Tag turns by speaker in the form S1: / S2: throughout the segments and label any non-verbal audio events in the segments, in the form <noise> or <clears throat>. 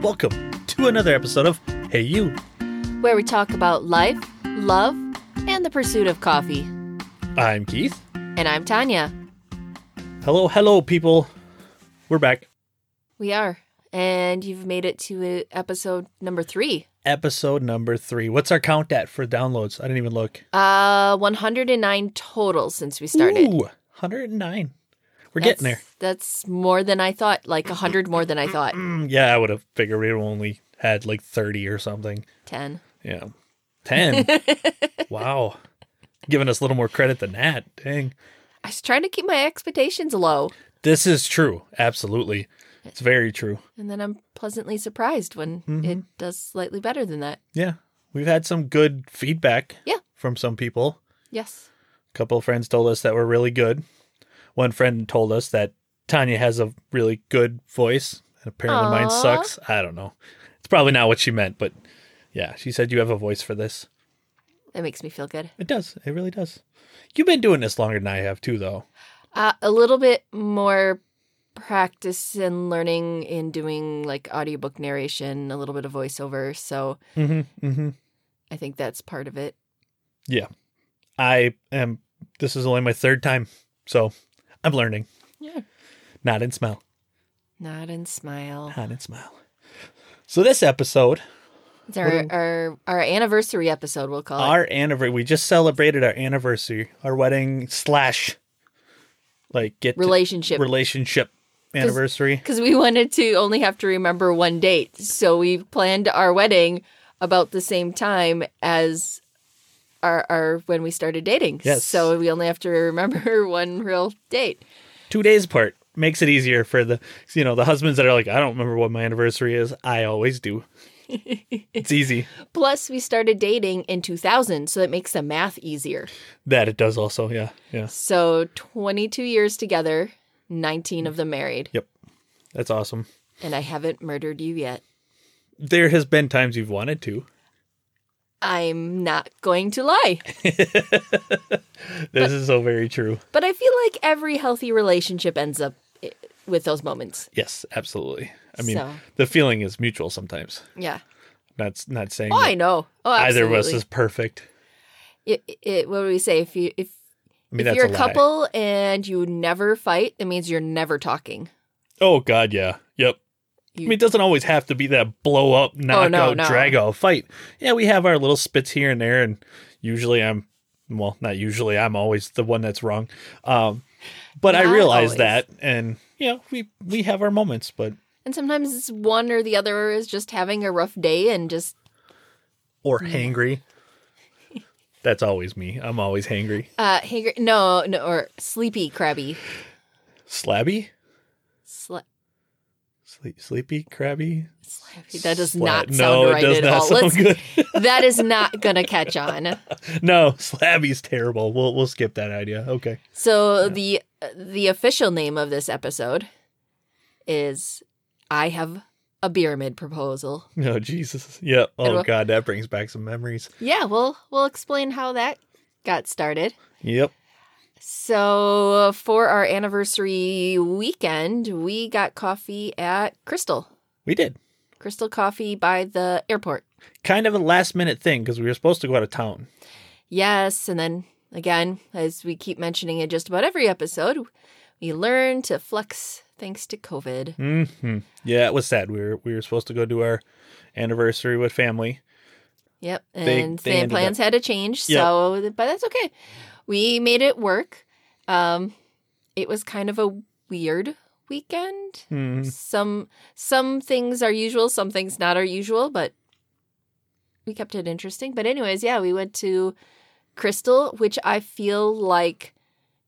S1: Welcome to another episode of Hey You.
S2: where we talk about life, love, and the pursuit of coffee.
S1: I'm Keith.
S2: And I'm Tanya.
S1: Hello, hello, people. We're back.
S2: We are. And you've made it to uh, episode number three.
S1: Episode number three. What's our count at for downloads? I didn't even look.
S2: Uh, 109 total since we started.
S1: Ooh, 109. We're
S2: That's-
S1: getting there.
S2: That's more than I thought. Like 100 more than I thought.
S1: Mm, yeah, I would have figured we only had like 30 or something.
S2: 10.
S1: Yeah.
S2: <laughs>
S1: 10. wow. Giving us a little more credit than that. Dang.
S2: I was trying to keep my expectations low.
S1: This is true. Absolutely. It's very true.
S2: And then I'm pleasantly surprised when
S1: Mm-hmm.
S2: it does slightly better than that.
S1: Yeah. We've had some good feedback
S2: Yeah.
S1: from some people.
S2: Yes.
S1: couple of friends told us that we're really good. One friend told us that Tanya has a really good voice, and apparently mine
S2: Aw.
S1: sucks. I don't know. It's probably not what she meant, but yeah, she said you have a voice for this.
S2: That makes me feel good.
S1: It does. It really does. You've been doing this longer than I have too, though.
S2: Uh, a little bit more practice and learning in doing like audiobook narration, a little bit of voiceover. So
S1: Mm-hmm. Mm-hmm.
S2: I think that's part of it.
S1: I am. This is only my third time, so I'm learning.
S2: Yeah.
S1: Not in smell.
S2: Nod and smile.
S1: Not in smell. So this episode,
S2: It's our, our our anniversary episode. We'll call it.
S1: our anniversary. We just celebrated our anniversary, our wedding slash, like get to-
S2: Relationship.
S1: relationship anniversary.
S2: Because we wanted to only have to remember one date. So we planned our wedding about the same time as our, our when we started dating.
S1: Yes.
S2: So we only have to remember <laughs> one real date.
S1: Two days apart makes it easier for the you know the husbands that are like I don't remember what my anniversary is. I always
S2: <laughs>
S1: do. it's easy
S2: Plus, we started dating in 2000, so that makes the math easier.
S1: that it does also. Yeah, yeah,
S2: So 22 years together, 19 of them married,
S1: that's awesome.
S2: and I haven't murdered you yet.
S1: There has been times you've wanted to.
S2: I'm not going to lie,
S1: This is so very true.
S2: but I feel like every healthy relationship ends up eh, with those moments.
S1: Yes, absolutely. I mean,
S2: So.
S1: the feeling is mutual sometimes.
S2: Yeah.
S1: That's not saying
S2: Oh,
S1: that
S2: I know. Oh,
S1: either of us
S2: absolutely.
S1: is perfect.
S2: It, it, what do we say? If you if
S1: I mean,
S2: if
S1: that's
S2: you're
S1: a
S2: a
S1: lie.
S2: couple and you never fight, that means you're never talking.
S1: Oh God, yeah, yep. I
S2: You- Oh,
S1: mean, it doesn't always have to be that blow up, knockout,
S2: no.
S1: drag out fight. Yeah, we have our little spits here and there, and usually I'm, well, not usually, I'm always the one that's wrong. Um, but I
S2: Not
S1: realize
S2: always.
S1: that, and you know, we we have our moments, but
S2: And sometimes it's one or the other is just having a rough day and just
S1: or
S2: Mm.
S1: hangry. that's always me. I'm always hangry.
S2: uh hangry. No, no, or sleepy, crabby,
S1: Slabby,
S2: Sla-
S1: Sleep, sleepy, crabby.
S2: slappy. That does
S1: Sla-
S2: not
S1: no,
S2: sound
S1: it
S2: right
S1: does
S2: at
S1: not
S2: all.
S1: sound
S2: Let's-
S1: good. <laughs>
S2: <laughs> that is not gonna catch on.
S1: no, slabby's terrible. We'll we'll skip that idea. Okay.
S2: So the the official name of this episode is I have a pyramid proposal.
S1: <laughs> No, Jesus. Yeah. Oh
S2: will-
S1: God, that brings back some memories.
S2: Yeah, we'll we'll explain how that got started.
S1: Yep.
S2: So for our anniversary weekend, we got coffee at Crystal.
S1: We did.
S2: Crystal Coffee by the airport.
S1: Kind of a last minute thing because we were supposed to go out of town.
S2: Yes, and then again, as we keep mentioning in just about every episode, we learn to flex thanks to COVID.
S1: hmm Yeah, it was sad. We were we were supposed to go do our anniversary with family.
S2: Yep. And
S1: They-
S2: then
S1: they ended
S2: plans had to change. So, but that's okay. We made it work. Um, it was kind of a weird weekend.
S1: Mhm.
S2: Some some things are usual, some things not are usual, but we kept it interesting. But anyways, yeah, we went to Crystal, which I feel like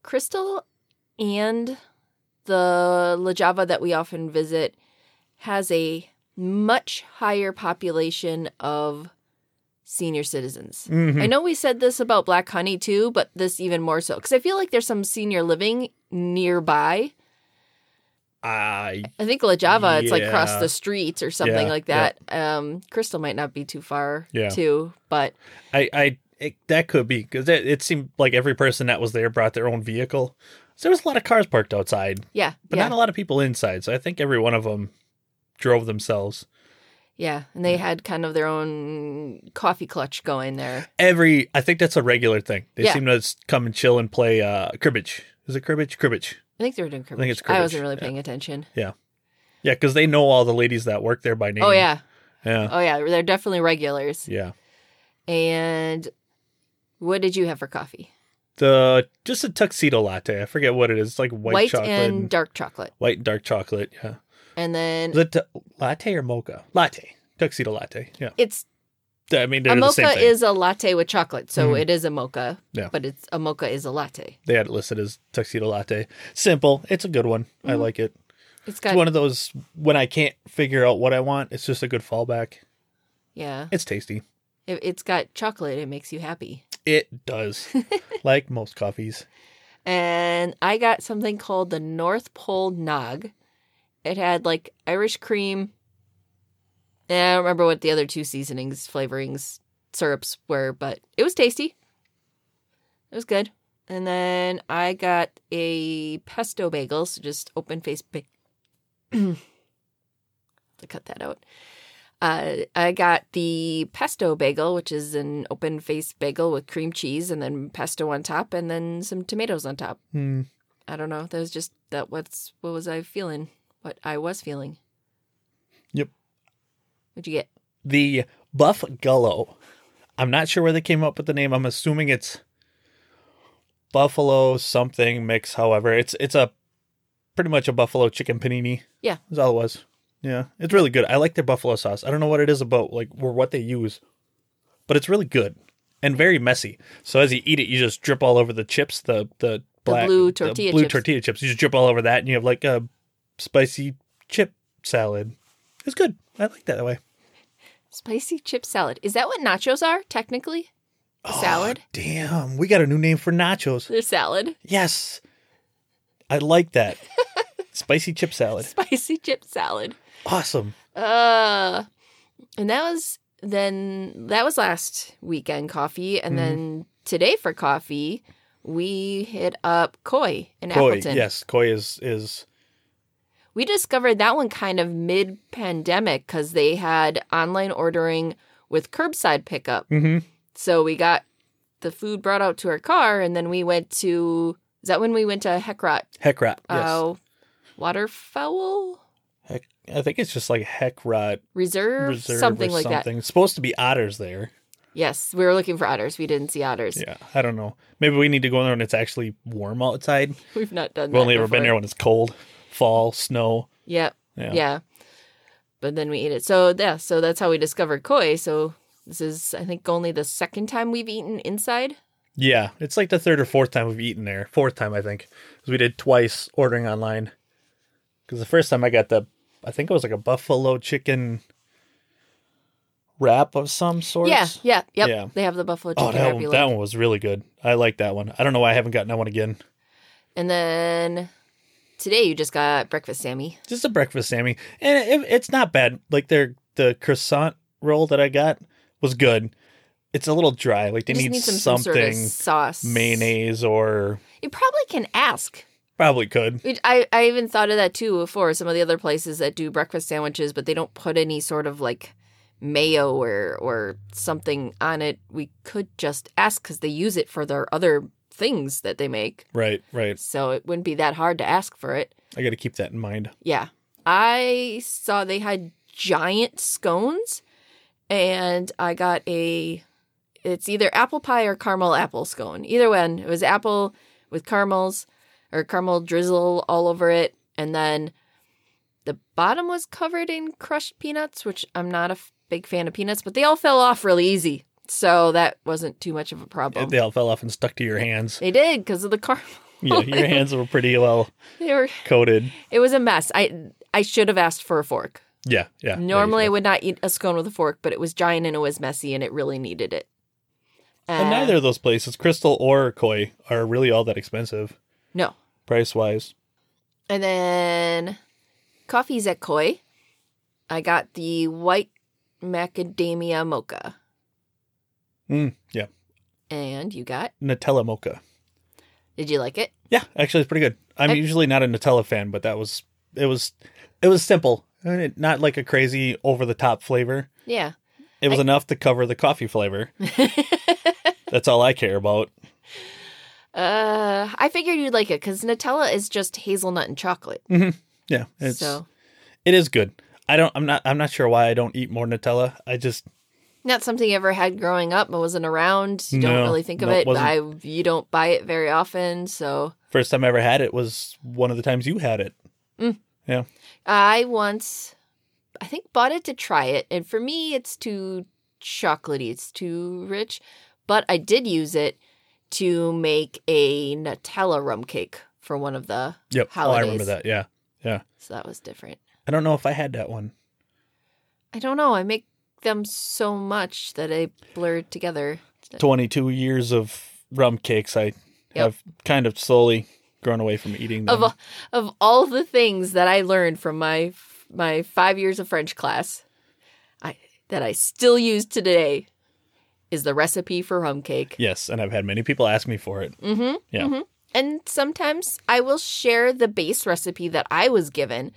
S2: Crystal and the La Java that we often visit has a much higher population of senior citizens.
S1: Mhm.
S2: I know we said this about Black Honey too, but this even more so because I feel like there's some senior living nearby.
S1: I
S2: I think La Java, it's like across
S1: Yeah.
S2: the street or something
S1: Yeah,
S2: like that. Um, Crystal might not be too far
S1: Yeah.
S2: too, but
S1: I I it, that could be because it, it seemed like every person that was there brought their own vehicle. So there was a lot of cars parked outside,
S2: yeah,
S1: but
S2: yeah.
S1: not a lot of people inside. So I think every one of them drove themselves.
S2: Yeah, and they had kind of their own coffee clutch going there.
S1: Every I think that's a regular thing. They
S2: Yeah.
S1: seem to s- come and chill and play uh, cribbage. Is it cribbage? Cribbage.
S2: I think they were doing cribbage.
S1: think it's
S2: I
S1: cribbage,
S2: wasn't really
S1: yeah.
S2: paying attention.
S1: Yeah, because they know all the ladies that work there by name.
S2: Oh yeah,
S1: yeah,
S2: oh yeah, they're definitely regulars.
S1: yeah.
S2: And what did you have for coffee?
S1: The just a tuxedo latte. I forget what it is. It's like white, chocolate,
S2: and
S1: and
S2: dark chocolate,
S1: white and dark chocolate. Yeah,
S2: and then
S1: is it tu- latte or mocha? Latte, tuxedo latte. Yeah,
S2: it's
S1: I mean they're
S2: a
S1: the same
S2: mocha
S1: thing.
S2: is a latte with chocolate, so
S1: Mhm.
S2: it is a mocha.
S1: Yeah.
S2: but it's a mocha is a latte.
S1: they had it listed as tuxedo latte. Simple. It's a good one. I
S2: Mhm.
S1: like it.
S2: It's
S1: It's
S2: got
S1: one of those when I can't figure out what I want. It's just a good fallback.
S2: yeah,
S1: It's tasty.
S2: it, it's got chocolate. It makes you happy.
S1: It does, like most coffees.
S2: And I got something called the North Pole Nog. It had like Irish cream. And I don't remember what the other two seasonings, flavorings, syrups were, but it was tasty. It was good. And then I got a pesto bagel, so just open face. Ba- <clears throat> to cut that out. Uh, I got the pesto bagel, which is an open face bagel with cream cheese and then pesto on top and then some tomatoes on top.
S1: Hmm.
S2: I don't know. That was just that. What's what was I feeling? What I was feeling.
S1: Yep.
S2: What'd you get?
S1: The Buff Gullo. I'm not sure where they came up with the name. I'm assuming it's buffalo something mix. However, it's it's a pretty much a buffalo chicken panini.
S2: Yeah.
S1: is all it was. Yeah, it's really good. I like their buffalo sauce. I don't know what it is about like or what they use, but it's really good and very messy. So as you eat it, you just drip all over the chips, the the black
S2: blue tortilla
S1: blue
S2: chips.
S1: tortilla chips. You just drip all over that, and you have like a spicy chip salad. It's good. I like that way.
S2: Spicy chip salad. Is that what nachos are technically? Salad?
S1: Oh, damn, we got a new name for nachos. <laughs>
S2: They're salad.
S1: Yes, I like
S2: <laughs>
S1: that. Spicy chip salad.
S2: Spicy chip salad.
S1: Awesome.
S2: Uh, and that was then that was last weekend coffee, and then
S1: Mm-hmm.
S2: today for coffee we hit up Koi in
S1: Koi.
S2: Appleton.
S1: Yes, koi is is
S2: We discovered that one kind of mid pandemic because they had online ordering with curbside pickup.
S1: hmm
S2: So we got the food brought out to our car, and then we went to. Is that when we went to Heckrot?
S1: heck rot. Yes,
S2: Uh, waterfowl
S1: heck, I think it's just like heck rot
S2: reserve,
S1: reserve
S2: something
S1: or
S2: like that.
S1: something. It's supposed to be otters there.
S2: Yes, we were looking for otters. We didn't see otters.
S1: Yeah, I don't know. Maybe we need to go in there when it's actually warm outside.
S2: <laughs> We've not done.
S1: We've only
S2: that
S1: ever been
S2: before.
S1: there when it's cold, fall, snow.
S2: Yeah,
S1: Yeah.
S2: yeah. But then we ate it. So yeah, so that's how we discovered koi. So this is, I think, only the second time we've eaten inside.
S1: Yeah, it's like the third or fourth time we've eaten there. Fourth time, I think, because we did twice ordering online. Because the first time I got the, I think it was like a buffalo chicken wrap of some sort.
S2: Yeah, yeah, yep.
S1: Yeah.
S2: They have the buffalo chicken
S1: Oh, that
S2: wrap you
S1: one,
S2: like.
S1: that one was really good. I like that one. I don't know why I haven't gotten that one again.
S2: And then today you just got breakfast, Sammy.
S1: Just a breakfast, Sammy, and it, it's not bad. Like their the croissant roll that I got was good. It's a little dry. Like they
S2: You just
S1: need,
S2: need some, some
S1: something
S2: sort of sauce
S1: mayonnaise or
S2: You probably can ask.
S1: probably could.
S2: Which I I even thought of that too before. Some of the other places that do breakfast sandwiches, but they don't put any sort of like mayo or or something on it. We could just ask because they use it for their other things that they make,
S1: Right, right.
S2: so it wouldn't be that hard to ask for it.
S1: I got to keep that in mind.
S2: Yeah. I saw they had giant scones and I got a it's either apple pie or caramel apple scone. Either one. It was apple with caramels or caramel drizzle all over it and then the bottom was covered in crushed peanuts, which I'm not a f- big fan of peanuts, but they all fell off really easy. So that wasn't too much of a problem.
S1: They all fell off and stuck to your hands.
S2: They did because of the caramel.
S1: Yeah, your hands were pretty well
S2: <laughs> They were
S1: coated.
S2: it was a mess. I I should have asked for a fork.
S1: Yeah, yeah. there you
S2: Normally, I
S1: go.
S2: would not eat a scone with a fork, but it was giant and it was messy and it really needed it.
S1: and
S2: Uh,
S1: neither of those places, Crystal or Koi, are really all that expensive
S2: No.
S1: price wise.
S2: And then coffee's at Koi. I got the white macadamia mocha.
S1: Mm, yeah,
S2: And you got,
S1: Nutella mocha.
S2: did you like it?
S1: Yeah, actually, it's pretty good. I'm
S2: I-
S1: usually not a Nutella fan, but that was it was it was simple. And it- not like a crazy over the top flavor.
S2: Yeah.
S1: It was enough to cover the coffee
S2: <laughs>
S1: flavor. That's all I care about.
S2: Uh, I figured you'd like it because Nutella is just hazelnut and chocolate.
S1: Yeah, it's
S2: So
S1: it is good. I don't. I'm not. I'm not sure why I don't eat more Nutella. I just
S2: not something you ever had growing up, but wasn't around. You
S1: No,
S2: don't really think of
S1: no, it
S2: it. I you don't buy it very often, so
S1: first time I ever had it was one of the times you had it. Yeah,
S2: I once, I think, bought it to try it, and for me, it's too chocolatey. It's too rich, but I did use it to make a Nutella rum cake for one of the
S1: yep. Oh, I
S2: Holidays.
S1: remember that. Yeah, yeah.
S2: So that was different.
S1: I don't know if I had that one.
S2: I don't know. I make them so much that they blurred together.
S1: Twenty-two years of rum cakes. I have kind of slowly grown away from eating them.
S2: Of all, of all the things that I learned from my my 5 years of French class, I that I still use today is the recipe for rum cake.
S1: yes, and I've had many people ask me for it.
S2: Mhm.
S1: Yeah.
S2: mhm. And sometimes I will share the base recipe that I was given,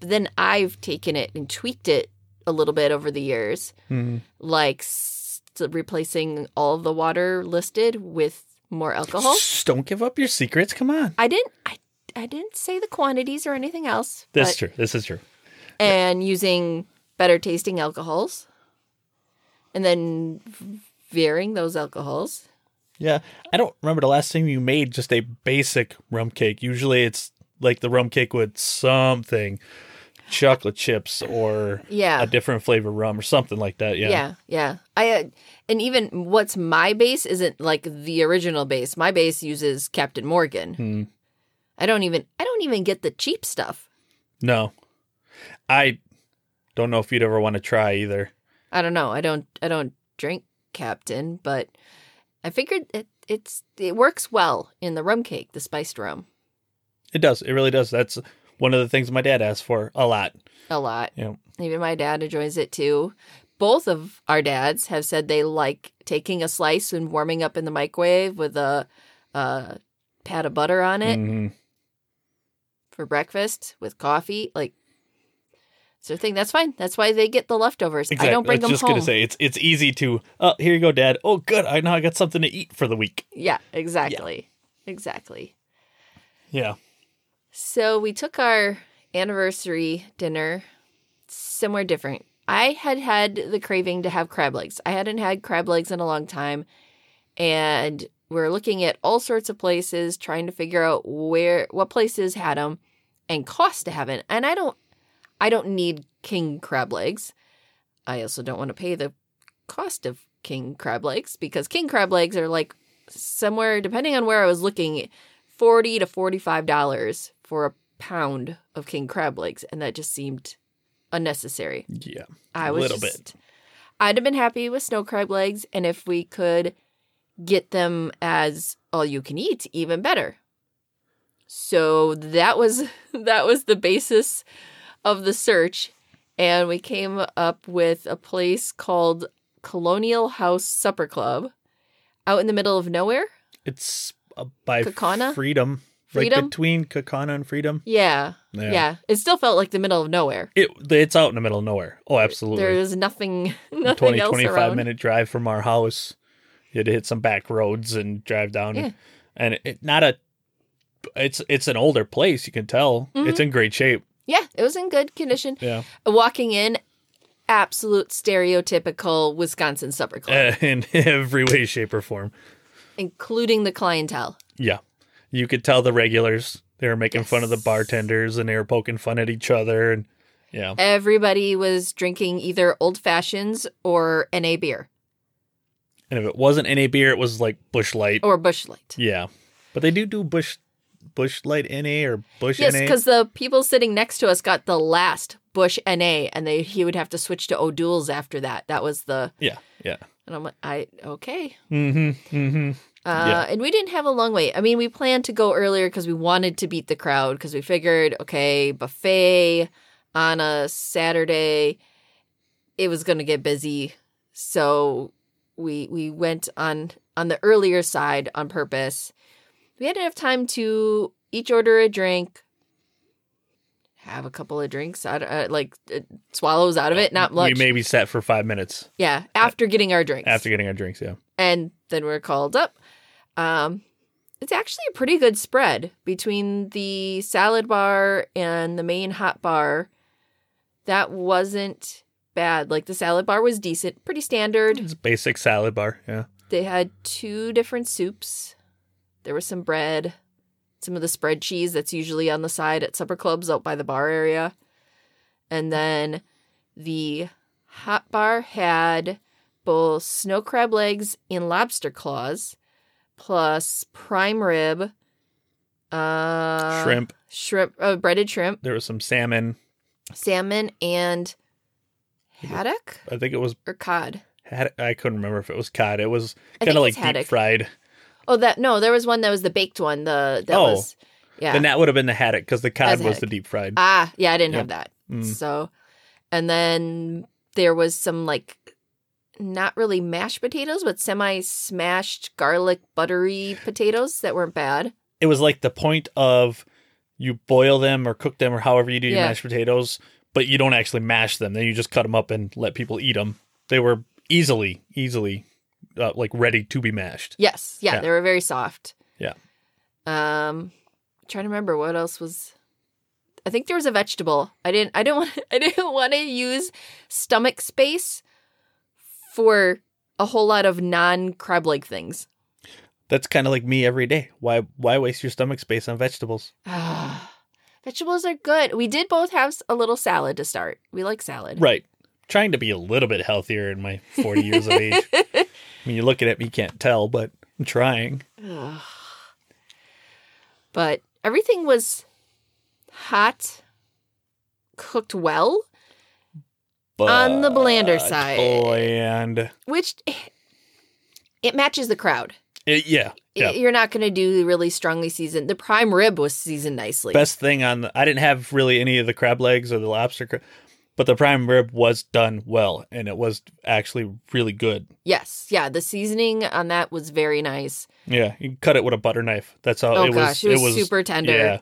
S2: but then I've taken it and tweaked it a little bit over the years.
S1: Mhm.
S2: like s- replacing all the water listed with more alcohol.
S1: Shh, don't give up your secrets. Come on.
S2: I didn't I, I didn't say the quantities or anything else.
S1: That's
S2: but-
S1: true. This is true.
S2: And using better tasting alcohols. And then varying those alcohols.
S1: Yeah. I don't remember the last time you made just a basic rum cake. Usually it's like the rum cake with something chocolate chips or
S2: Yeah.
S1: a different flavor rum or something like that. Yeah.
S2: Yeah. Yeah. I uh, and even what's my base isn't like the original base. My base uses Captain Morgan.
S1: Hmm.
S2: I don't even I don't even get the cheap stuff.
S1: No. I don't know if you'd ever want to try either.
S2: I don't know. I don't. I don't drink Captain, but I figured it, it's it works well in the rum cake, the spiced rum,
S1: It does. It really does. That's one of the things my dad asked for a lot.
S2: a lot.
S1: Yeah.
S2: Even my dad enjoys it too. Both of our dads have said they like taking a slice and warming up in the microwave with a, a pat of butter on it
S1: Mhm.
S2: for breakfast with coffee. Like, it's their thing. That's fine. That's why they get the leftovers.
S1: Exactly.
S2: I don't bring
S1: was
S2: them
S1: just
S2: home.
S1: gonna say it's it's easy to oh here you go, Dad. Oh good, I now I got something to eat for the week.
S2: yeah, exactly, exactly.
S1: Yeah.
S2: So we took our anniversary dinner somewhere different. I had had the craving to have crab legs. I hadn't had crab legs in a long time. And we're looking at all sorts of places, trying to figure out where, what places had them and cost to have it. And I don't, I don't need king crab legs. I also don't want to pay the cost of king crab legs because king crab legs are like somewhere, depending on where I was looking, 40 to 45 dollars for a pound of king crab legs and that just seemed unnecessary
S1: Yeah.
S2: i
S1: A
S2: was
S1: little bit.
S2: just- i'd have been happy with snow crab legs and if we could get them as all you can eat even better so that was <laughs> that was the basis of the search and we came up with a place called colonial house supper club out in the middle of nowhere
S1: It's uh, by
S2: Kakana?
S1: Freedom. Like
S2: Freedom?
S1: between Kakana and Freedom.
S2: yeah Yeah. It still felt like the middle of nowhere.
S1: It, it's out in the middle of nowhere. Oh, absolutely.
S2: There was nothing, <laughs> nothing
S1: 20,
S2: else
S1: 25
S2: around.
S1: minute drive from our house. You had to hit some back roads and drive down.
S2: Yeah.
S1: And it, not a, it's it's an older place. You can tell
S2: Mhm.
S1: it's in great shape.
S2: Yeah, it was in good condition.
S1: Yeah,
S2: Walking in, absolute stereotypical Wisconsin supper club,
S1: Uh, <laughs> in every way, shape, or form.
S2: including the clientele.
S1: Yeah, you could tell the regulars. They were making fun of the
S2: Yes.
S1: bartenders and they were poking fun at each other. And yeah,
S2: Everybody was drinking either old fashions or NA beer
S1: and if it wasn't NA beer, it was like Bush Light.
S2: or Bush Light.
S1: Yeah, but they do do Bush Bush Light NA or Bush
S2: Yes,
S1: NA.
S2: because the people sitting next to us got the last Bush NA, and they he would have to switch to O'Doul's after that. That was the
S1: Yeah, yeah.
S2: and I'm like, I okay.
S1: Mm-hmm. Mm-hmm.
S2: Uh, And we didn't have a long wait. I mean, we planned to go earlier because we wanted to beat the crowd because we figured, okay, buffet on a Saturday, it was going to get busy. So we we went on on the earlier side on purpose. We had enough time to each order a drink, have a couple of drinks out, uh, like uh, swallows out of it, not much.
S1: We may be set for five minutes
S2: yeah, after getting our drinks,
S1: after getting our drinks. Yeah.
S2: and then we're called up. Um, it's actually a pretty good spread between the salad bar and the main hot bar. That wasn't bad. Like the salad bar was decent, pretty standard.
S1: It's a basic salad bar. Yeah.
S2: They had two different soups. There was some bread, some of the spread cheese that's usually on the side at supper clubs out by the bar area. And then the hot bar had both snow crab legs and lobster claws, plus prime rib, uh,
S1: Shrimp.
S2: shrimp, uh, breaded shrimp,
S1: There was some salmon.
S2: salmon, and haddock
S1: I think it was,
S2: or cod.
S1: had, I couldn't remember if it was cod. It was
S2: I
S1: kind of
S2: think it
S1: like
S2: was
S1: deep
S2: haddock.
S1: fried.
S2: Oh, that no, there was one that was the baked one. The that
S1: Oh.
S2: was yeah.
S1: Then that would have been the haddock because the cod
S2: As
S1: was
S2: haddock.
S1: the deep fried.
S2: Ah, yeah, I didn't
S1: Yeah.
S2: have that.
S1: Mm.
S2: So, and then there was some like not really mashed potatoes, but semi smashed garlic buttery potatoes that weren't bad.
S1: It was like the point of you boil them or cook them or however you do your
S2: Yeah.
S1: mashed potatoes, but you don't actually mash them. Then you just cut them up and let people eat them. They were easily, easily uh, like ready to be mashed.
S2: Yes, yeah,
S1: Yeah.
S2: they were very soft.
S1: Yeah.
S2: Um, trying to remember what else was. I think there was a vegetable. I didn't. I didn't <laughs> want. I didn't want to use stomach space for a whole lot of non crab leg things.
S1: That's kind of like me every day. Why why waste your stomach space on vegetables?
S2: Ah, <sighs> Vegetables are good. We did both have a little salad to start. We like salad.
S1: Right. Trying to be a little bit healthier in my 40 years of
S2: <laughs>
S1: age. I mean, you're looking at me, you can't tell, but I'm trying.
S2: Ugh. But everything was hot, cooked well,
S1: But
S2: On the blander side.
S1: Bland.
S2: which <sighs> it matches the crowd.
S1: It- eh, yeah.
S2: Y-
S1: Yeah.
S2: You're not going to do really strongly seasoned. The prime rib was seasoned nicely.
S1: Best thing on the, I didn't have really any of the crab legs or the lobster, cra- but the prime rib was done well and it was actually really good.
S2: Yes. Yeah. The seasoning on that was very nice.
S1: Yeah. You cut it with a butter knife. That's how
S2: Oh,
S1: it was.
S2: gosh. it, was super tender.
S1: Yeah.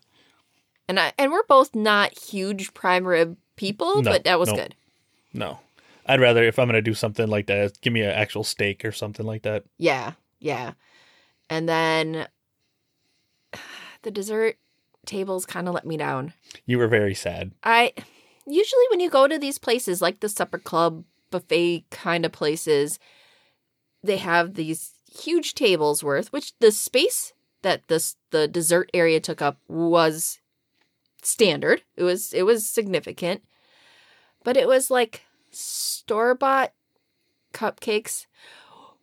S2: And I, and we're both not huge prime rib people,
S1: No,
S2: but that was
S1: no.
S2: good.
S1: No. I'd rather, if I'm going to do something like that, give me an actual steak or something like that.
S2: Yeah, yeah. And then <sighs> the dessert tables kind of let me down.
S1: You were very sad.
S2: I usually when you go to these places like the supper club buffet kind of places, they have these huge tables worth, which the space that this the dessert area took up was standard. It was it was significant. But it was like store bought cupcakes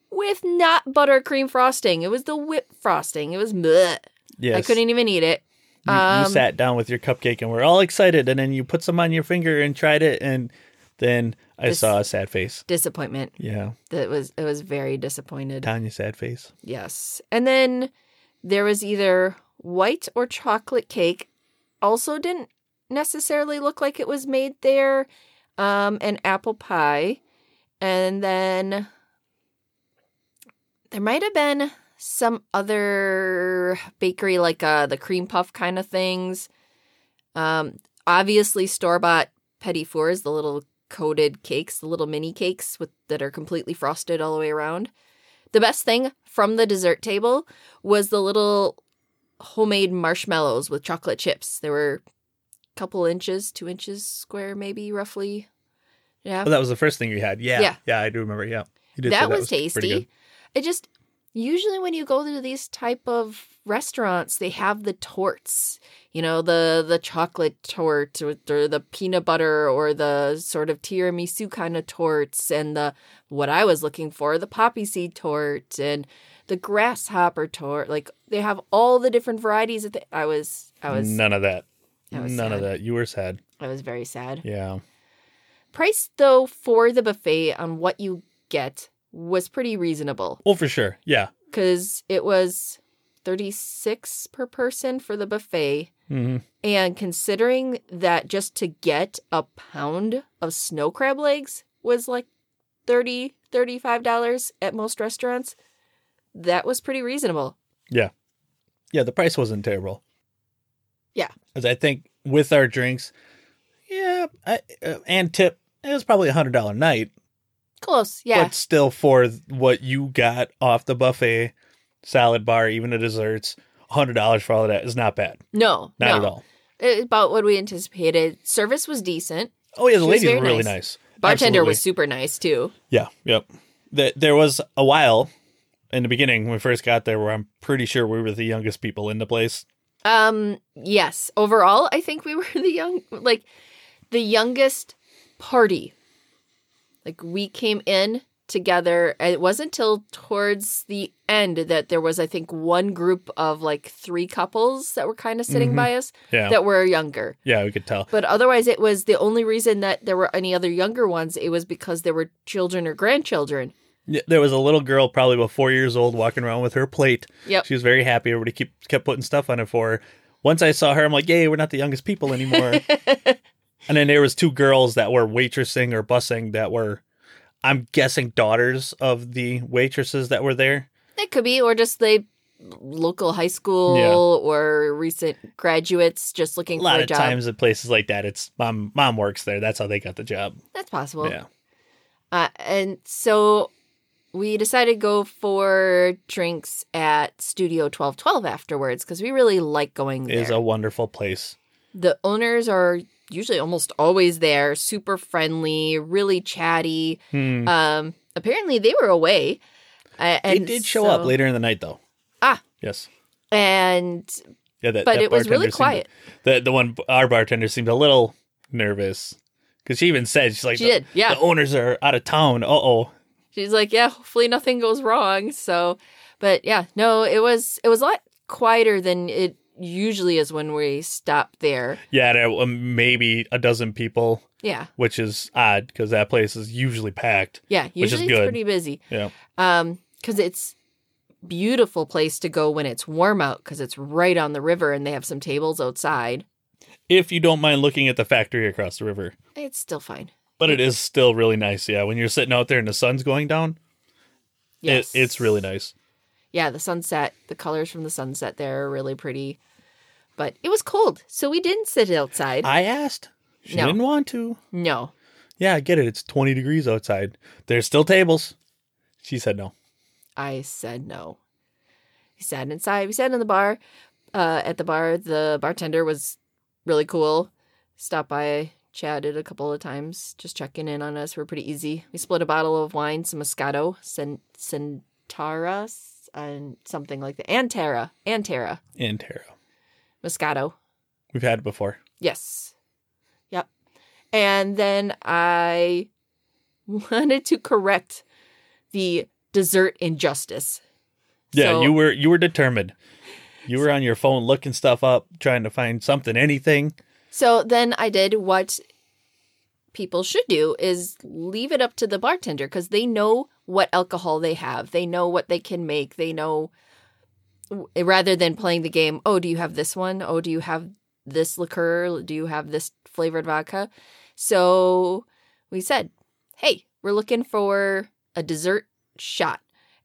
S2: with not buttercream frosting. It was the whipped frosting. It was bleh.
S1: Yes.
S2: I couldn't even eat it.
S1: You, you
S2: Um,
S1: sat down with your cupcake and we're all excited, and then you put some on your finger and tried it, and then I
S2: This-
S1: saw a sad face.
S2: Disappointment.
S1: Yeah,
S2: That was it was very disappointed.
S1: Tanya sad face.
S2: Yes. And then there was either white or chocolate cake. Also didn't necessarily look like it was made there. Um, and apple pie. And then there might have been some other bakery, like uh, the cream puff kind of things. Um, obviously, store bought petit fours, the little coated cakes, the little mini cakes with that are completely frosted all the way around. The best thing from the dessert table was the little homemade marshmallows with chocolate chips. They were a couple inches, two inches square, maybe roughly. Yeah,
S1: Oh, that was the first thing you had. Yeah, yeah,
S2: Yeah.
S1: I do remember. Yeah, you did say
S2: that was
S1: pretty good.
S2: tasty. It just usually when you go to these type of restaurants, they have the torts. You know, the the chocolate tort or or the peanut butter or the sort of tiramisu kind of torts and the what I was looking for, the poppy seed tort and the grasshopper tort. Like they have all the different varieties that they, I was I was
S1: None of that.
S2: I
S1: None
S2: was
S1: of
S2: sad.
S1: that. You were sad.
S2: I was very sad.
S1: Yeah.
S2: Price though for the buffet on what you get was pretty reasonable.
S1: Well, for sure. Yeah.
S2: because it was 36 per person for the buffet
S1: hmm
S2: and considering that just to get a pound of snow crab legs was like 30 35 dollars at most restaurants that was pretty reasonable
S1: Yeah. The price wasn't terrible.
S2: Yeah.
S1: 'Cause I think with our drinks, Yeah, I, uh, and tip. It was probably a hundred dollar night,
S2: Close, yeah.
S1: but still for what you got off the buffet, salad bar, even the desserts, hundred dollars for all of that is not bad.
S2: no,
S1: Not
S2: no.
S1: at all.
S2: It- about what we anticipated. Service was decent.
S1: Oh yeah, the
S2: She was
S1: ladies
S2: very
S1: were really nice.
S2: nice. Bartender
S1: Absolutely.
S2: was super nice too.
S1: Yeah, yep. Th- There was a while in the beginning when we first got there where I'm pretty sure we were the youngest people in the place.
S2: Um, yes. Overall, I think we <laughs> were the young, like the youngest party. Like we came in together. and It wasn't till towards the end that there was, I think, one group of like three couples that were kind of sitting
S1: Mhm.
S2: by us
S1: Yeah,
S2: that were younger.
S1: yeah, we could tell.
S2: But otherwise, it was the only reason that there were any other younger ones. It was because there were children or grandchildren.
S1: Y- There was a little girl, probably about four years old, walking around with her plate.
S2: Yep.
S1: She was very happy. Everybody keep, kept putting stuff on it for her. Once I saw her, I'm like, yay, we're not the youngest people anymore.
S2: <laughs>
S1: and then there was two girls that were waitressing or busing that were, I'm guessing, daughters of the waitresses that were there.
S2: It could be, or just the local high school
S1: Yeah.
S2: or recent graduates just looking
S1: A lot
S2: for a
S1: of
S2: job.
S1: times at places like that, it's mom. Mom works there. That's how they got the job.
S2: That's possible.
S1: yeah.
S2: Uh, and so we decided to go for drinks at Studio 1212 afterwards because we really like going there.
S1: is a wonderful place.
S2: the owners are usually almost always there, super friendly, really chatty.
S1: Hmm.
S2: Um, apparently, they were away. Uh,
S1: They
S2: and
S1: did show
S2: so-
S1: up later in the night, though.
S2: Ah.
S1: yes,
S2: And
S1: yeah. That,
S2: But
S1: that
S2: it was really
S1: bartender seemed-
S2: quiet.
S1: The the one our bartender seemed a little nervous because she even said she's like
S2: she
S1: the,
S2: did. Yeah.
S1: the owners are out of town. Uh oh.
S2: she's like yeah hopefully nothing goes wrong so but yeah no it was it was a lot quieter than it usually is when we stop there
S1: Yeah, there were maybe a dozen people,
S2: yeah
S1: which is odd because that place is usually packed.
S2: yeah
S1: Which is
S2: usually it's
S1: good.
S2: pretty busy
S1: Yeah,
S2: um because it's beautiful place to go when it's warm out because it's right on the river and they have some tables outside
S1: if you don't mind looking at the factory across the river,
S2: it's still fine
S1: but it is still really nice. Yeah, when you're sitting out there and the sun's going down, it-
S2: yes
S1: it's really nice.
S2: yeah the sunset the colors from the sunset there are really pretty but it was cold so we didn't sit outside
S1: I asked. She
S2: No.
S1: didn't want to.
S2: no
S1: Yeah, I get it. It's 20 degrees outside. There's still tables. She said no.
S2: I said no. We sat inside. We sat in the bar. Uh, at the bar, the bartender was really cool. Stopped by, chatted a couple of times, just checking in on us. We're pretty easy. We split a bottle of wine, some Moscato, Cen- Centara, s- and something like that. Antara, Antara,
S1: And Tara.
S2: Moscato.
S1: We've had it before.
S2: Yes. Yep. And then I <laughs> wanted to correct the dessert injustice.
S1: Yeah,
S2: So-
S1: you were you were determined. You were on your phone looking stuff up, trying to find something, anything.
S2: So then I did what people should do is leave it up to the bartender because they know what alcohol they have. They know what they can make. They know eh, rather than playing the game, oh, do you have this one? Oh, do you have this liqueur? Do you have this flavored vodka? So we said, hey, we're looking for a dessert shot.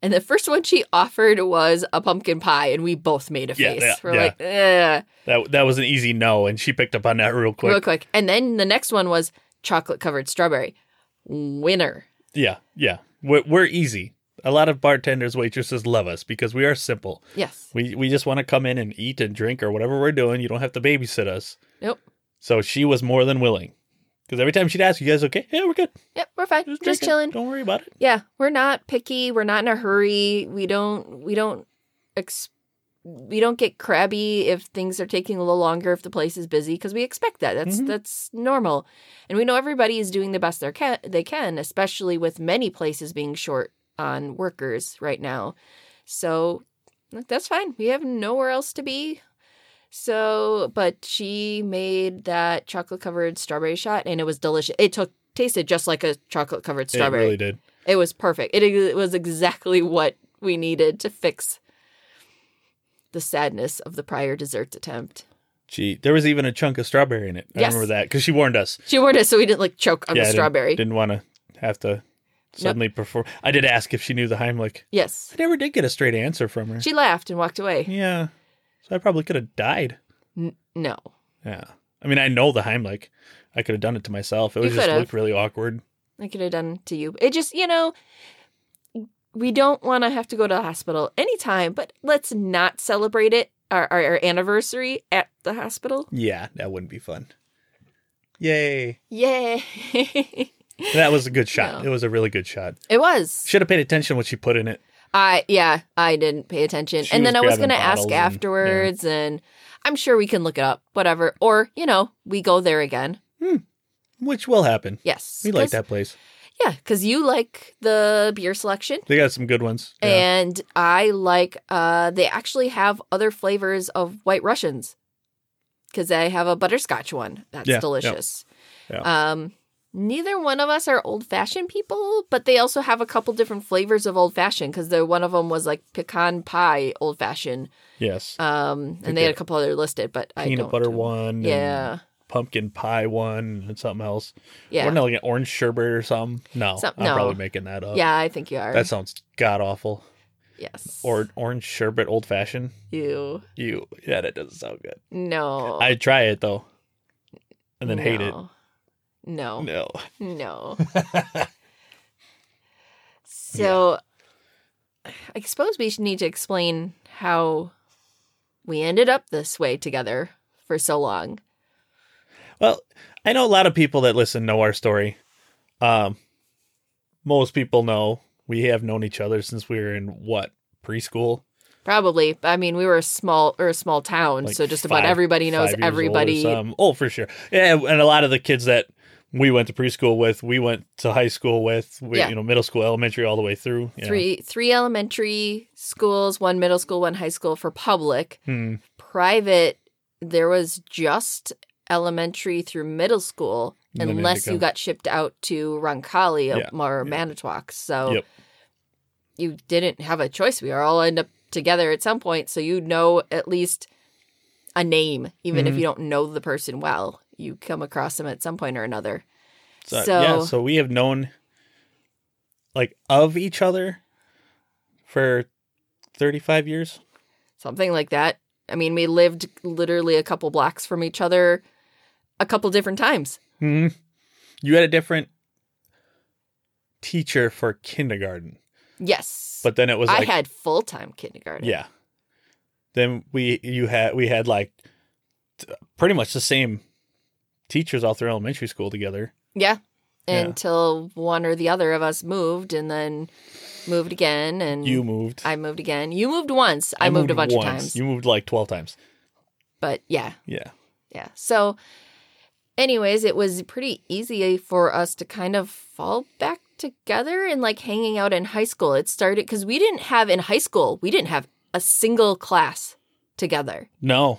S2: And the first one she offered was a pumpkin pie, and we both made a
S1: Yeah,
S2: face.
S1: yeah,
S2: we're
S1: yeah.
S2: like, Ugh.
S1: That that was an easy no, and she picked up on that real quick.
S2: Real quick. And then the next one was chocolate covered strawberry. Winner.
S1: Yeah, yeah. We're, we're easy. A lot of bartenders, waitresses love us because we are simple.
S2: Yes.
S1: We we just want to come in and eat and drink or whatever we're doing. You don't have to babysit us.
S2: Nope.
S1: So she was more than willing. Because every time she'd ask, "You guys okay? Yeah, we're good.
S2: Yep, we're fine. Just,
S1: drinking.
S2: chilling.
S1: Don't worry about it."
S2: Yeah, we're not picky. We're not in a hurry. We don't we don't ex- we don't get crabby if things are taking a little longer if the place is busy because we expect that. That's
S1: Mhm.
S2: that's normal. And we know everybody is doing the best they can, they can, especially with many places being short on workers right now. So like, that's fine. We have nowhere else to be. So, but she made that chocolate covered strawberry shot and it was delicious. It took tasted just like a chocolate covered
S1: It
S2: strawberry.
S1: really did.
S2: It was perfect. It, it was exactly what we needed to fix the sadness of the prior dessert attempt.
S1: She there was even a chunk of strawberry in it. I
S2: Yes.
S1: remember that because she warned us.
S2: She warned us so we didn't like choke on
S1: Yeah, I
S2: the
S1: didn't-
S2: strawberry.
S1: Didn't want to have to suddenly perform. I did ask if she knew the Heimlich.
S2: Yes.
S1: I never did get a straight answer from her.
S2: She laughed and walked away.
S1: yeah, so I probably could have died.
S2: No.
S1: Yeah, I mean, I know the Heimlich. I could have done it to myself. It
S2: You
S1: was just
S2: could've.
S1: looked really awkward.
S2: I could have done to you. It just, you know, we don't want to have to go to the hospital anytime, but let's not celebrate it, our, our, our anniversary at the hospital.
S1: Yeah, that wouldn't be fun. Yay!
S2: Yay.
S1: That was a good shot.
S2: No.
S1: It was a really good shot.
S2: <laughs> it was.
S1: Should have paid attention when she put in it.
S2: I, yeah, I didn't pay attention.
S1: She
S2: and then
S1: was
S2: I was going
S1: grabbing
S2: to ask
S1: bottles and-
S2: afterwards, and I'm sure we can look it up, whatever. Or, you know, we go there again.
S1: which will happen.
S2: Yes.
S1: We like
S2: 'cause-
S1: that place.
S2: Yeah, because you like the beer selection.
S1: They got some good ones. Yeah.
S2: And I like uh they actually have other flavors of white Russians. Cause they have a butterscotch one. That's
S1: Yeah, yeah.
S2: delicious.
S1: Yeah.
S2: Um neither one of us are old fashioned people, but they also have a couple different flavors of old fashioned because the one of them was like pecan pie old fashioned.
S1: yes.
S2: Um
S1: think
S2: and they had
S1: they-
S2: a couple other listed, but I
S1: Peanut
S2: don't
S1: butter one. and
S2: Yeah.
S1: Pumpkin pie one and something else.
S2: Yeah.
S1: Wasn't it like an orange sherbet or something? No.
S2: Some-
S1: I'm
S2: no.
S1: probably making that up.
S2: yeah, I think you are.
S1: That sounds god awful.
S2: yes.
S1: Or orange sherbet old fashioned.
S2: you.
S1: You yeah, that doesn't sound good.
S2: No.
S1: I'd try it though. And then hate it.
S2: No. No.
S1: <laughs> No. <laughs>
S2: No. So I suppose we should need to explain how we ended up this way together for so long.
S1: Well, I know a lot of people that listen know our story. Um, most people know we have known each other since we were in what preschool.
S2: Probably. I mean, we were a small or a small town,
S1: Like
S2: so just
S1: five-
S2: about everybody
S1: five
S2: knows
S1: years old or
S2: everybody.
S1: something. Oh, for sure. Yeah, and a lot of the kids that we went to preschool with, we went to high school with, we,
S2: Yeah.
S1: you know, middle school, elementary, all the way through. you know.
S2: Three three elementary schools, one middle school, one high school for public.
S1: Hmm.
S2: Private, there was just elementary through middle school,
S1: And then
S2: unless
S1: Indigo.
S2: you got shipped out to Roncalli
S1: Yeah,
S2: or
S1: yeah.
S2: Manitowoc. So
S1: Yep.
S2: you didn't have a choice. We all end up together at some point, so you know at least a name, even if
S1: Mhm.
S2: you don't know the person well. You come across them at some point or another.
S1: So,
S2: So-
S1: yeah, so we have known like of each other for thirty-five years.
S2: something like that. I mean, we lived literally a couple blocks from each other a couple different times.
S1: hmm You had a different teacher for kindergarten,
S2: Yes.
S1: but then it was like
S2: I had full time kindergarten.
S1: yeah. Then we you had we had like t- pretty much the same teachers all through elementary school together.
S2: Yeah.
S1: Yeah.
S2: Until one or the other of us moved and then moved again. And
S1: You moved.
S2: Mm-hmm. I moved again. You moved once. I, moved, a bunch
S1: once.
S2: of times.
S1: You moved like twelve times.
S2: But yeah.
S1: Yeah.
S2: Yeah. So, anyways, it was pretty easy for us to kind of fall back together and like hanging out in high school. It started because we didn't have in high school, we didn't have a single class together.
S1: No.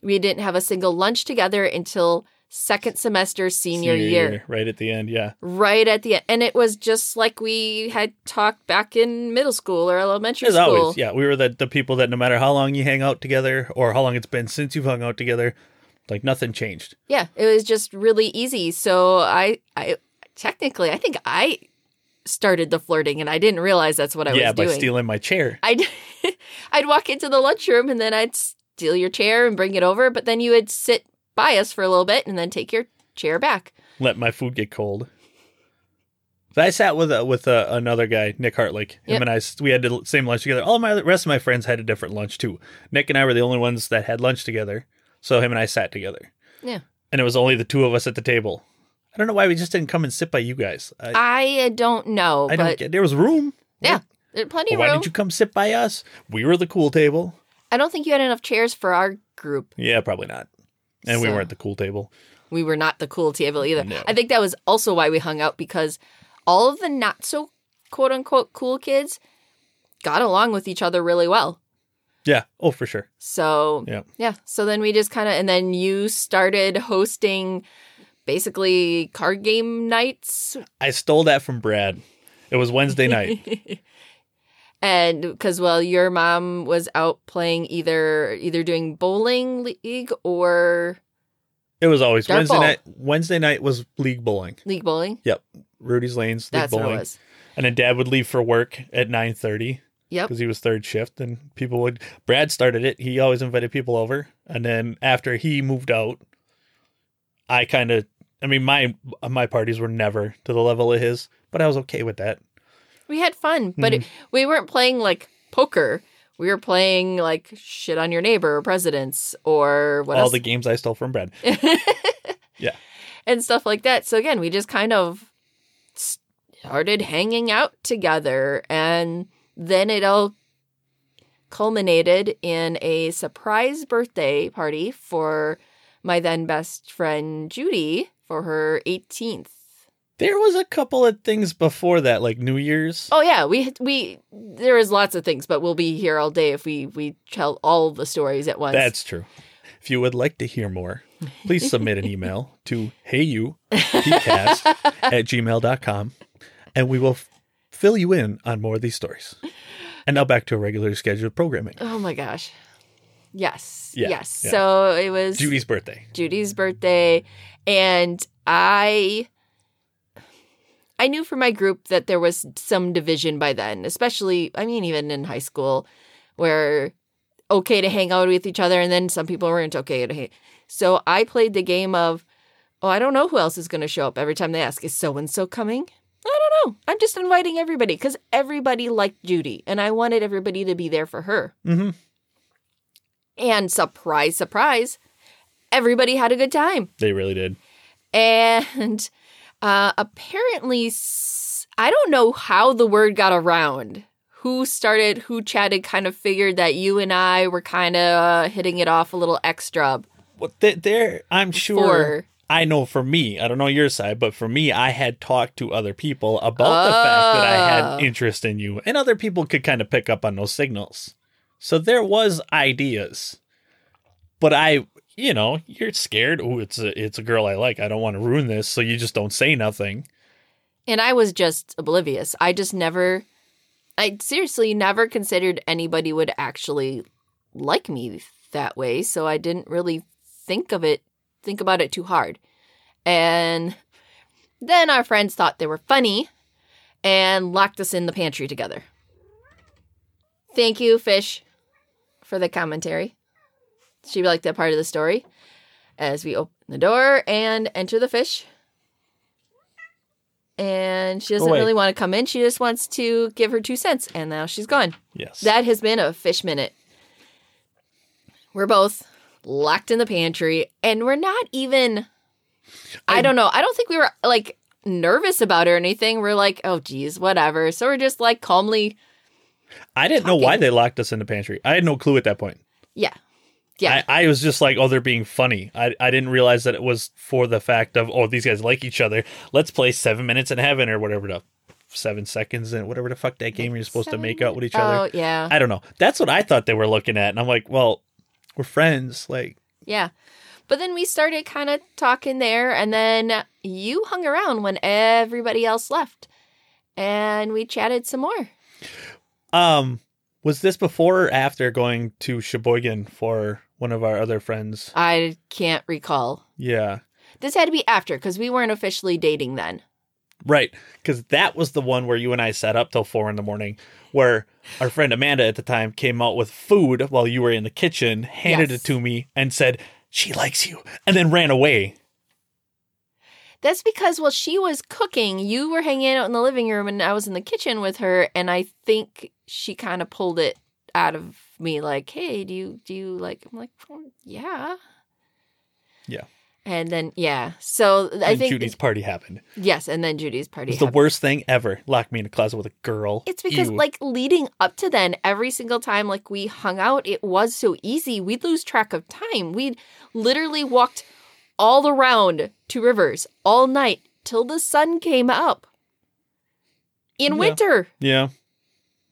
S2: We didn't have a single lunch together until second semester, senior, year.
S1: right at the end. Yeah.
S2: Right at the end. And it was just like we had talked back in middle school or elementary
S1: As
S2: school.
S1: always, yeah, we were the the people that no matter how long you hang out together or how long it's been since you've hung out together, like nothing changed.
S2: Yeah, it was just really easy. So I, I technically, I think I started the flirting, and I didn't realize that's what I
S1: yeah,
S2: was
S1: by
S2: doing.
S1: stealing my chair.
S2: I'd, <laughs> I'd walk into the lunchroom, and then I'd steal your chair and bring it over. But then you would sit by us for a little bit, and then take your chair back.
S1: let my food get cold. So I sat with a, with a, another guy, Nick Hartlick. Him
S2: Yep.
S1: and I, s- we had the l- same lunch together. All my rest of my friends had a different lunch too. Nick and I were the only ones that had lunch together. So him and I sat together,
S2: Yeah,
S1: and it was only the two of us at the table. I don't know why we just didn't come and sit by you guys. I, I,
S2: I don't know, but
S1: don't get. There was room.
S2: yeah, there's plenty
S1: Well,
S2: of
S1: why
S2: room.
S1: didn't you come sit by us? We were the cool table.
S2: I don't think you had enough chairs for our group.
S1: Yeah, probably not. And we
S2: So-
S1: weren't the cool table.
S2: We were not the cool table either.
S1: No.
S2: I think that was also why we hung out because all of the not so quote unquote cool kids got along with each other really well.
S1: Yeah. Oh, for sure.
S2: So,
S1: Yep.
S2: yeah. So then we just kind of, and then you started hosting basically card game nights.
S1: I stole that from Brad. It was Wednesday
S2: <laughs>
S1: night.
S2: And because, well, your mom was out playing either, either doing bowling league or
S1: It was always
S2: Dark
S1: Wednesday
S2: ball.
S1: night. Wednesday night was league bowling.
S2: league bowling.
S1: Yep, Rudy's Lanes league
S2: That's
S1: bowling.
S2: what it was.
S1: And then Dad would leave for work at nine thirty
S2: Yep.
S1: because he was third shift, and people would. Brad started it. He always invited people over, and then after he moved out, I kind of, I mean, my my parties were never to the level of his, but I was okay with that.
S2: We had fun, but
S1: Hmm.
S2: it, we weren't playing like poker. We were playing like shit on your neighbor or presidents or what
S1: All
S2: else?
S1: the games I stole from Brad. Yeah.
S2: And stuff like that. So again, we just kind of started hanging out together and then it all culminated in a surprise birthday party for my then best friend Judy for her 18th.
S1: There was a couple of things before that, like New Year's.
S2: Oh yeah, we we there is lots of things, but we'll be here all day if we we tell all the stories at once.
S1: That's true. If you would like to hear more, please submit an email to heyyupcast at gmail.com and we will f- fill you in on more of these stories. And now back to a regular scheduled programming.
S2: Oh my gosh. Yes.
S1: Yeah,
S2: yes.
S1: yeah.
S2: So it was
S1: Judy's birthday.
S2: Judy's birthday and I I knew from my group that there was some division by then, especially I mean even in high school where okay to hang out with each other and then some people weren't okay to hang. So I played the game of oh I don't know who else is going to show up every time they ask is so and so coming? I don't know. I'm just inviting everybody cuz everybody liked Judy and I wanted everybody to be there for her.
S1: Mm-hmm.
S2: And surprise surprise, everybody had a good time.
S1: They really did.
S2: And <laughs> uh, apparently, s- I don't know how the word got around. Who started, who chatted, kind of figured that you and I were kind of uh, hitting it off a little extra.
S1: Well, th- there, I'm sure.
S2: For-
S1: I know for me, I don't know your side, but for me, I had talked to other people about the fact that I
S2: Oh.
S1: had interest in you, and other people could kind of pick up on those signals. So there was ideas, but I, you know, you're scared. Oh, it's a it's a girl I like. I don't want to ruin this, so you just don't say nothing.
S2: And I was just oblivious. I just never, I seriously never considered anybody would actually like me that way. So I didn't really think of it, think about it too hard. And then our friends thought they were funny and locked us in the pantry together. Thank you, Fish, for the commentary. She liked that part of the story as we open the door and enter the fish. And she doesn't
S1: Away.
S2: really want to come in. She just wants to give her two cents, and now she's gone.
S1: Yes,
S2: That has been a fish minute. We're both locked in the pantry and we're not even I don't know. I don't think we were like nervous about it or anything. We're like, "Oh geez, whatever." So we're just like calmly,
S1: I didn't know why
S2: talking.
S1: they locked us in the pantry. I had no clue at that point.
S2: yeah. Yeah.
S1: I, I was just like, oh, they're being funny. I, I didn't realize that it was for the fact of, oh, these guys like each other. Let's play seven minutes in heaven or whatever the seven seconds and whatever the fuck that game you're supposed to make out with each other.
S2: Oh, yeah.
S1: I don't know. That's what I thought they were looking at. And I'm like, well, we're friends. Like,
S2: Yeah. But then we started kind of talking there, and then you hung around when everybody else left. And we chatted some more.
S1: um, was this before or after going to Sheboygan for one of our other friends?
S2: I can't recall.
S1: Yeah.
S2: This had to be after because we weren't officially dating then.
S1: Right. Because that was the one where you and I sat up till four in the morning, where our friend Amanda at the time came out with food while you were in the kitchen, handed
S2: Yes.
S1: it to me, and said, She likes you, and then ran away.
S2: That's because while she was cooking, you were hanging out in the living room and I was in the kitchen with her and I think she kind of pulled it out of me like, "Hey, do you do you like I'm like, "Mm, "Yeah."
S1: Yeah.
S2: And then yeah. So I
S1: and
S2: think
S1: Judy's party happened.
S2: yes, and then Judy's
S1: It
S2: party.
S1: was the
S2: happened.
S1: worst thing ever. Locked me in a closet with a girl.
S2: It's because
S1: Ew.
S2: like leading up to then, every single time like we hung out, it was so easy. We'd lose track of time. We'd literally walked all around Two Rivers all night till the sun came up. In
S1: Yeah.
S2: winter.
S1: Yeah.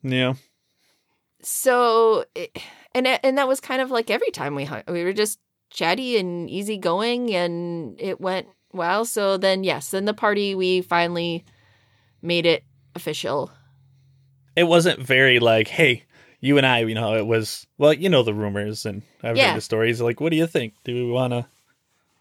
S1: Yeah.
S2: So it- and eh, and that was kind of like every time we hung we were just chatty and easygoing and it went well. So then yes, then the party we finally made it official.
S1: It wasn't very like, hey, you and I, you know, it was well, you know the rumors and I've
S2: Yeah.
S1: heard the stories. Like, what do you think? Do we wanna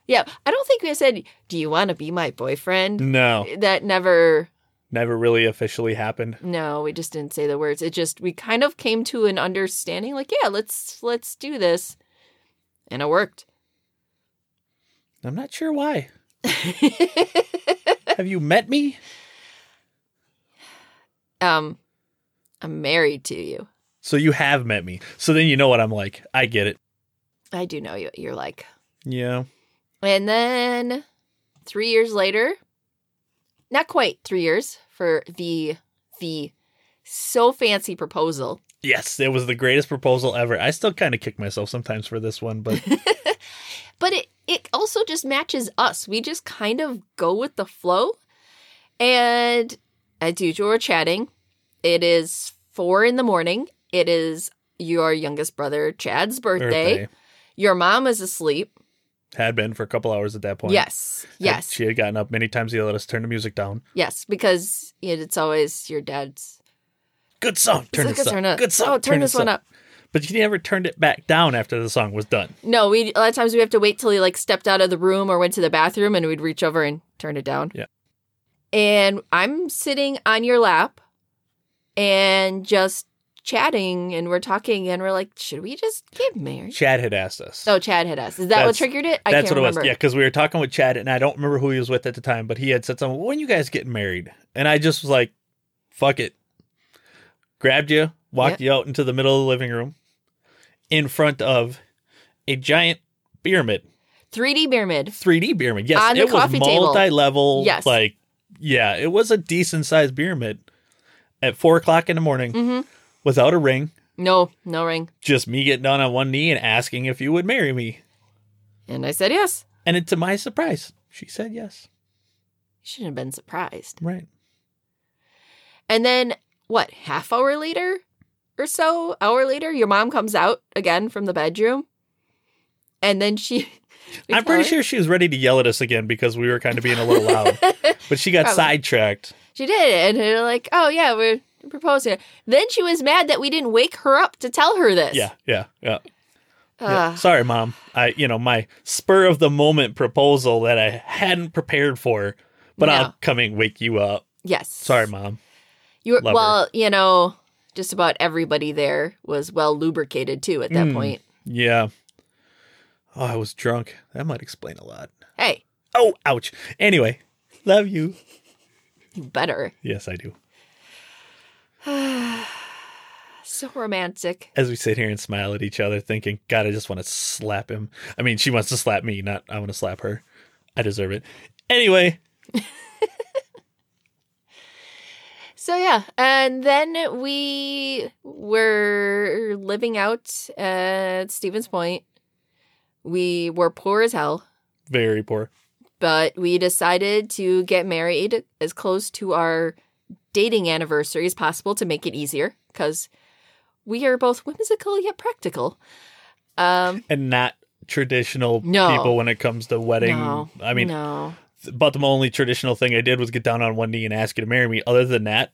S2: Yeah, I don't think we said, "Do you want to be my boyfriend?"
S1: No.
S2: That never.
S1: Never really officially happened.
S2: No, we just didn't say the words. It just we kind of came to an understanding, like, "Yeah, let's let's do this," and it worked.
S1: I'm not sure why. Have you met me?
S2: um, I'm married to you.
S1: So you have met me. So then you know what I'm like. I get it.
S2: I do know you. You're like.
S1: Yeah.
S2: And then three years later, not quite three years for the the so fancy proposal.
S1: Yes, it was the greatest proposal ever. I still kind of kick myself sometimes for this one,
S2: <laughs>
S1: but
S2: but it it also just matches us. We just kind of go with the flow. And as usual, we're chatting. It is four in the morning. It is your youngest brother Chad's birthday.
S1: Earth Day
S2: Your mom is asleep.
S1: had been for a couple hours at that point.
S2: Yes,
S1: And
S2: yes,
S1: She had gotten up many times. He let us turn the music down.
S2: yes. Because it's always your dad's.
S1: Good song. Turn
S2: It's
S1: this
S2: like,
S1: up.
S2: turn up.
S1: Good song.
S2: Oh, turn, this one up.
S1: But he never turned it back down after the song was done.
S2: No, we a lot of times we have to wait till he like stepped out of the room or went to the bathroom and we'd reach over and turn it down.
S1: Yeah.
S2: And I'm sitting on your lap and just chatting and we're talking and we're like, should we just get married?
S1: Chad had asked us.
S2: Oh, Chad hit us. Is that what
S1: That's-
S2: triggered it? I
S1: That's what
S2: can't
S1: it
S2: remember.
S1: was. Yeah, because we were talking with Chad, and I don't remember who he was with at the time, but he had said something. When you guys getting married? And I just was like, "Fuck it," grabbed you, walked you out into the middle of the living room, in front of a giant pyramid,
S2: 3D pyramid.
S1: 3D pyramid. Yes,
S2: On the
S1: it was
S2: coffee table.
S1: multi-level.
S2: Yes.
S1: like yeah, it was a decent sized pyramid. At four o'clock in the morning,
S2: Mm-hmm.
S1: without a ring,
S2: No, no ring.
S1: just me getting down on one knee and asking if you would marry me.
S2: And I said yes.
S1: And it, to my surprise, she said yes.
S2: You shouldn't have been surprised.
S1: Right.
S2: And then what, half hour later or so, hour later, your mom comes out again from the bedroom. And then she <laughs> we
S1: I'm
S2: tell
S1: pretty
S2: her-
S1: sure she was ready to yell at us again because we were kind of being a little
S2: <laughs>
S1: loud, but she got
S2: Probably.
S1: sidetracked.
S2: she did it. And they're like, Oh yeah, we're proposing. Then she was mad that we didn't wake her up to tell her this.
S1: Yeah, yeah, yeah, yeah.
S2: Ugh.
S1: Sorry, mom. I, you know, my spur of the moment proposal that I hadn't prepared for, but
S2: No.
S1: I'll come and wake you up.
S2: Yes.
S1: Sorry, mom.
S2: You were
S1: Love her.
S2: well, you know, just about everybody there was well lubricated too at that
S1: Mm.
S2: point.
S1: Yeah. Oh, I was drunk. That might explain a lot.
S2: Hey,
S1: Oh, ouch. Anyway, love you.
S2: you better.
S1: Yes, I do.
S2: So romantic.
S1: As we sit here and smile at each other, thinking, God, I just want to slap him. I mean, she wants to slap me, not I want to slap her. I deserve it. Anyway,
S2: So yeah, and then we were living out at Stevens Point. We were poor as hell,
S1: very poor.
S2: but we decided to get married as close to our dating anniversary as possible to make it easier because we are both whimsical yet practical. Um,
S1: and not traditional
S2: No.
S1: people when it comes to wedding.
S2: no,
S1: I mean,
S2: no,
S1: th- about the only traditional thing I did was get down on one knee and ask you to marry me. Other than that,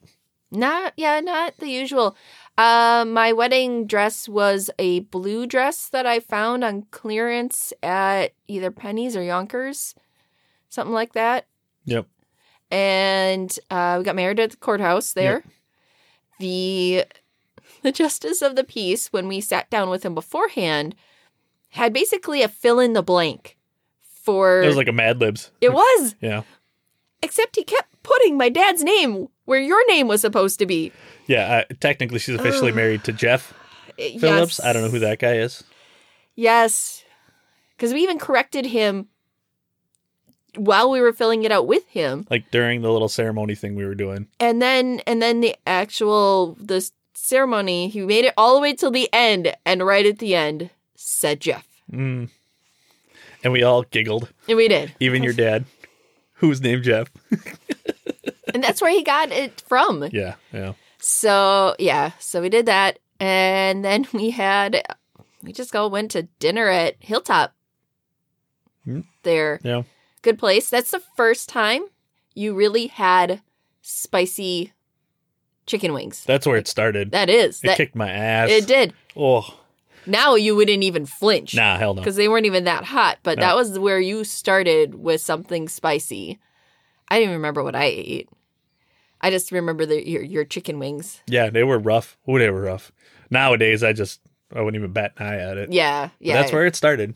S2: Not yeah, not the usual. Uh, my wedding dress was a blue dress that I found on clearance at either Penny's or Yonkers, something like that.
S1: Yep.
S2: And uh, we got married at the courthouse there. The the justice of the peace, when we sat down with him beforehand, had basically a fill in the blank for
S1: it was like a Mad Libs.
S2: Er, it was
S1: Yeah.
S2: except he kept putting my dad's name where your name was supposed to be.
S1: Yeah. Uh, technically, she's officially
S2: Ugh.
S1: married to Jeff
S2: Eh, Yes.
S1: Phillips. I don't know who that guy is.
S2: Yes. Because we even corrected him while we were filling it out with him.
S1: Like during the little ceremony thing we were doing.
S2: And then and then the actual the ceremony, he made it all the way till the end and right at the end said Jeff.
S1: Mm. And we all giggled,
S2: And we did.
S1: even your dad, who's named Jeff.
S2: And that's where he got it from.
S1: Yeah. Yeah.
S2: So, yeah, so we did that and then we had we just go went to dinner at Hilltop.
S1: Hmm.
S2: There.
S1: Yeah.
S2: good place. That's the first time you really had spicy chicken wings.
S1: That's where it started.
S2: That is
S1: it
S2: that
S1: kicked my ass.
S2: it did.
S1: Oh,
S2: Now you wouldn't even flinch
S1: nah, hell no.
S2: because they weren't even that hot. But
S1: No.
S2: that was where you started with something spicy. I didn't even remember what I ate. I just remember the, your your chicken wings.
S1: Yeah, they were rough. Oh, they were rough. Nowadays, I just I wouldn't even bat an eye at it.
S2: Yeah,
S1: But
S2: yeah.
S1: that's where it started.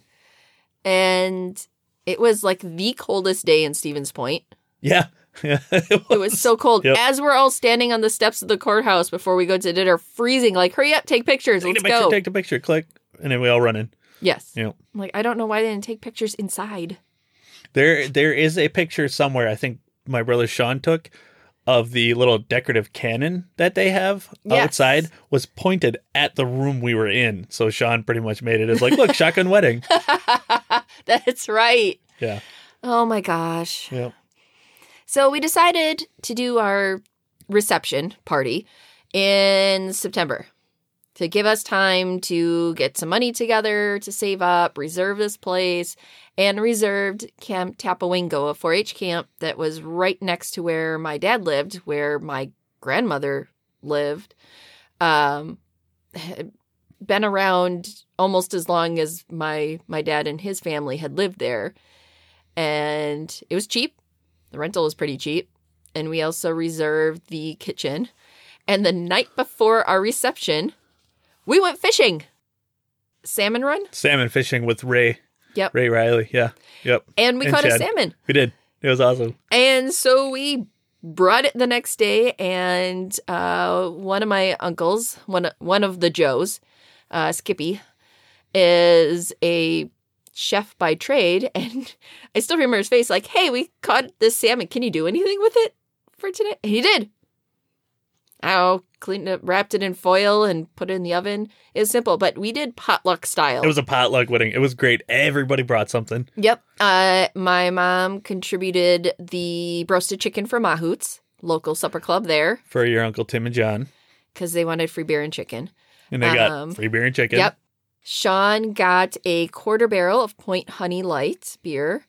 S2: and It was like the coldest day in Stevens Point.
S1: Yeah. <laughs> it
S2: It was so cold.
S1: Yep.
S2: As we're all standing on the steps of the courthouse before we go to dinner, freezing, like, hurry up, take pictures,
S1: Take
S2: let's
S1: the picture,
S2: go.
S1: take the picture, click, and then we all run in.
S2: yes.
S1: Yep.
S2: I'm like, I don't know why they didn't take pictures inside. <laughs>
S1: There there is a picture somewhere I think my brother Sean took of the little decorative cannon that they have
S2: Yes.
S1: outside was pointed at the room we were in. So Sean pretty much made it as like, look, shotgun
S2: <laughs>
S1: wedding.
S2: That's right.
S1: Yeah.
S2: Oh my gosh.
S1: Yep.
S2: So we decided to do our reception party in September to give us time to get some money together, to save up, reserve this place, and reserved Camp Tapawingo, a 4 H camp that was right next to where my dad lived, where my grandmother lived. Um, had been around almost as long as my my dad and his family had lived there and it was cheap the rental was pretty cheap. And we also reserved the kitchen. And the night before our reception, we went fishing. Salmon run?
S1: Salmon fishing with Ray.
S2: Yep.
S1: Ray Riley. Yeah. Yep.
S2: And we
S1: And
S2: caught a
S1: Chad.
S2: salmon.
S1: We did. It was awesome.
S2: And so we brought it the next day, and uh, one of my uncles, one one of the Joes, uh, Skippy, is a chef by trade, <laughs> and I still remember his face. Like, hey, we caught this salmon. Can you do anything with it for tonight? And he did. I cleaned it, wrapped it in foil, and put it in the oven. It was simple, but we did potluck style.
S1: It was a potluck wedding. It was great. Everybody brought something.
S2: Yep. Uh, my mom contributed the roasted chicken from Mahoots, local supper club there,
S1: for your uncle Tim and John,
S2: because they wanted free beer and chicken.
S1: and they got
S2: Um,
S1: free beer and chicken.
S2: Yep. Sean got a quarter barrel of Point Honey Light beer.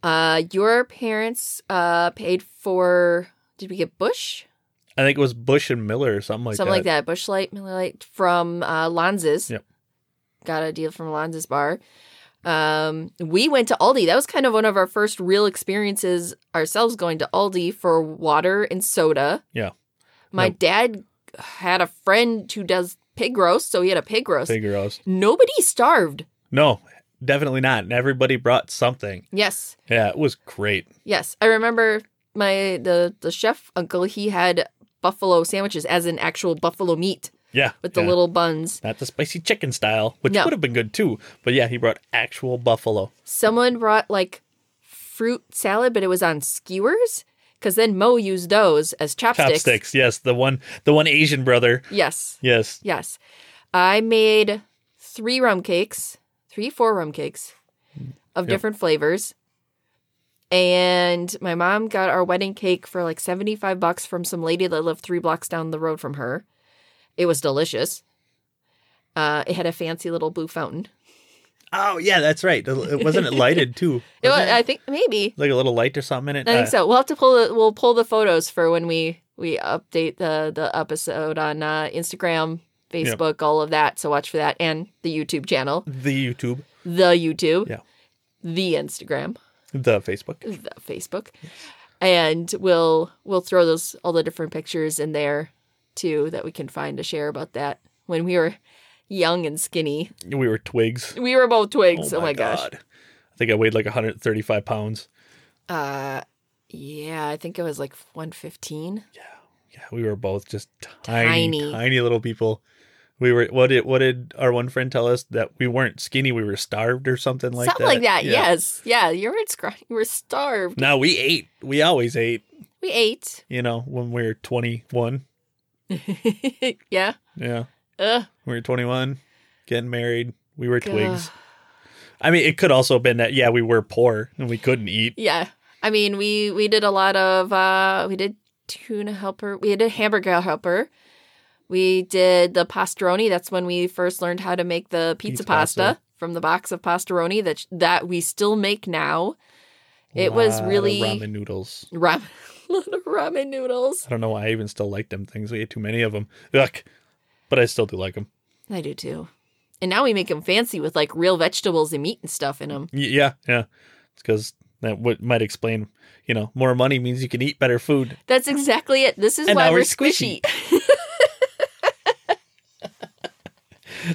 S2: Uh, your parents uh, paid for, did we get Bush?
S1: I think it was Bush and Miller or something like
S2: Something
S1: that.
S2: like that. Bush Light, Miller Light from uh, Lanza's.
S1: Yep.
S2: Got a deal from Lanza's bar. Um, we went to Aldi. That was kind of one of our first real experiences ourselves going to Aldi for water and soda.
S1: Yeah.
S2: My
S1: Yep.
S2: dad had a friend who does pig roast, so he had a pig roast.
S1: Big girls.
S2: Nobody starved.
S1: No, definitely not. And everybody brought something.
S2: Yes.
S1: Yeah, it was great.
S2: Yes. I remember my the the chef uncle, he had buffalo sandwiches as in actual buffalo meat
S1: Yeah,
S2: with the
S1: yeah.
S2: little buns.
S1: not the spicy chicken style, which
S2: No.
S1: would have been good too. But yeah, he brought actual buffalo.
S2: someone brought like fruit salad, but it was on skewers because then Mo used those as chopsticks.
S1: Chopsticks. Yes, the one, the one Asian brother.
S2: Yes,
S1: Yes,
S2: yes. I made three rum cakes, three, four rum cakes of
S1: Yep.
S2: different flavors. And my mom got our wedding cake for like 75 bucks from some lady that lived three blocks down the road from her. It was delicious. Uh, it had a fancy little blue fountain.
S1: Oh yeah, that's right. It wasn't it lighted too.
S2: <laughs> It wa-
S1: Wasn't it?
S2: I think maybe.
S1: like a little light or something in it.
S2: I think
S1: Uh,
S2: so. We'll have to pull the, we'll pull the photos for when we we update the the episode on uh, Instagram, Facebook, all of that. So watch for that and the YouTube channel,
S1: The YouTube,
S2: the YouTube,
S1: Yeah.
S2: the Instagram,
S1: the Facebook.
S2: the Facebook, and we'll we'll throw those all the different pictures in there too that we can find to share about that when we were young and skinny.
S1: We were twigs.
S2: We were both twigs. Oh, my, gosh.
S1: I think I weighed like 135 pounds.
S2: Uh, yeah, I think it was like one fifteen.
S1: Yeah, we were both just tiny,
S2: Tiny.
S1: tiny, little people. We were what did what did our one friend tell us that we weren't skinny, we were starved or something like
S2: Something
S1: that.
S2: like that. Yes. Yeah. You were scrawny. You were starved.
S1: No, we ate. We always ate. <laughs>
S2: We ate.
S1: You know, when we were 21.
S2: yeah.
S1: Yeah,
S2: Ugh.
S1: we were 21, getting married. We were twigs.
S2: Ugh.
S1: I mean, it could also have been that yeah, we were poor and we couldn't eat.
S2: Yeah. I mean, we we did a lot of uh we did tuna helper. We did hamburger helper. We did the pastaroni. That's when we first learned how to make the pizza,
S1: Pizza
S2: pasta,
S1: pasta.
S2: from the box of pastaroni that that we still make now. It was
S1: Lot of
S2: really-
S1: ramen noodles.
S2: <laughs> Ramen, little ramen noodles.
S1: I don't know why I even still like them things. We ate too many of them. Ugh. But I still do like them.
S2: I do too. And now we make them fancy with like real vegetables and meat and stuff in them.
S1: Y- Yeah, yeah. It's because that would might explain. You know, more money means you can eat better food.
S2: That's exactly it. This is
S1: Mm. And
S2: why
S1: now
S2: we're
S1: we're
S2: squishy.
S1: squishy.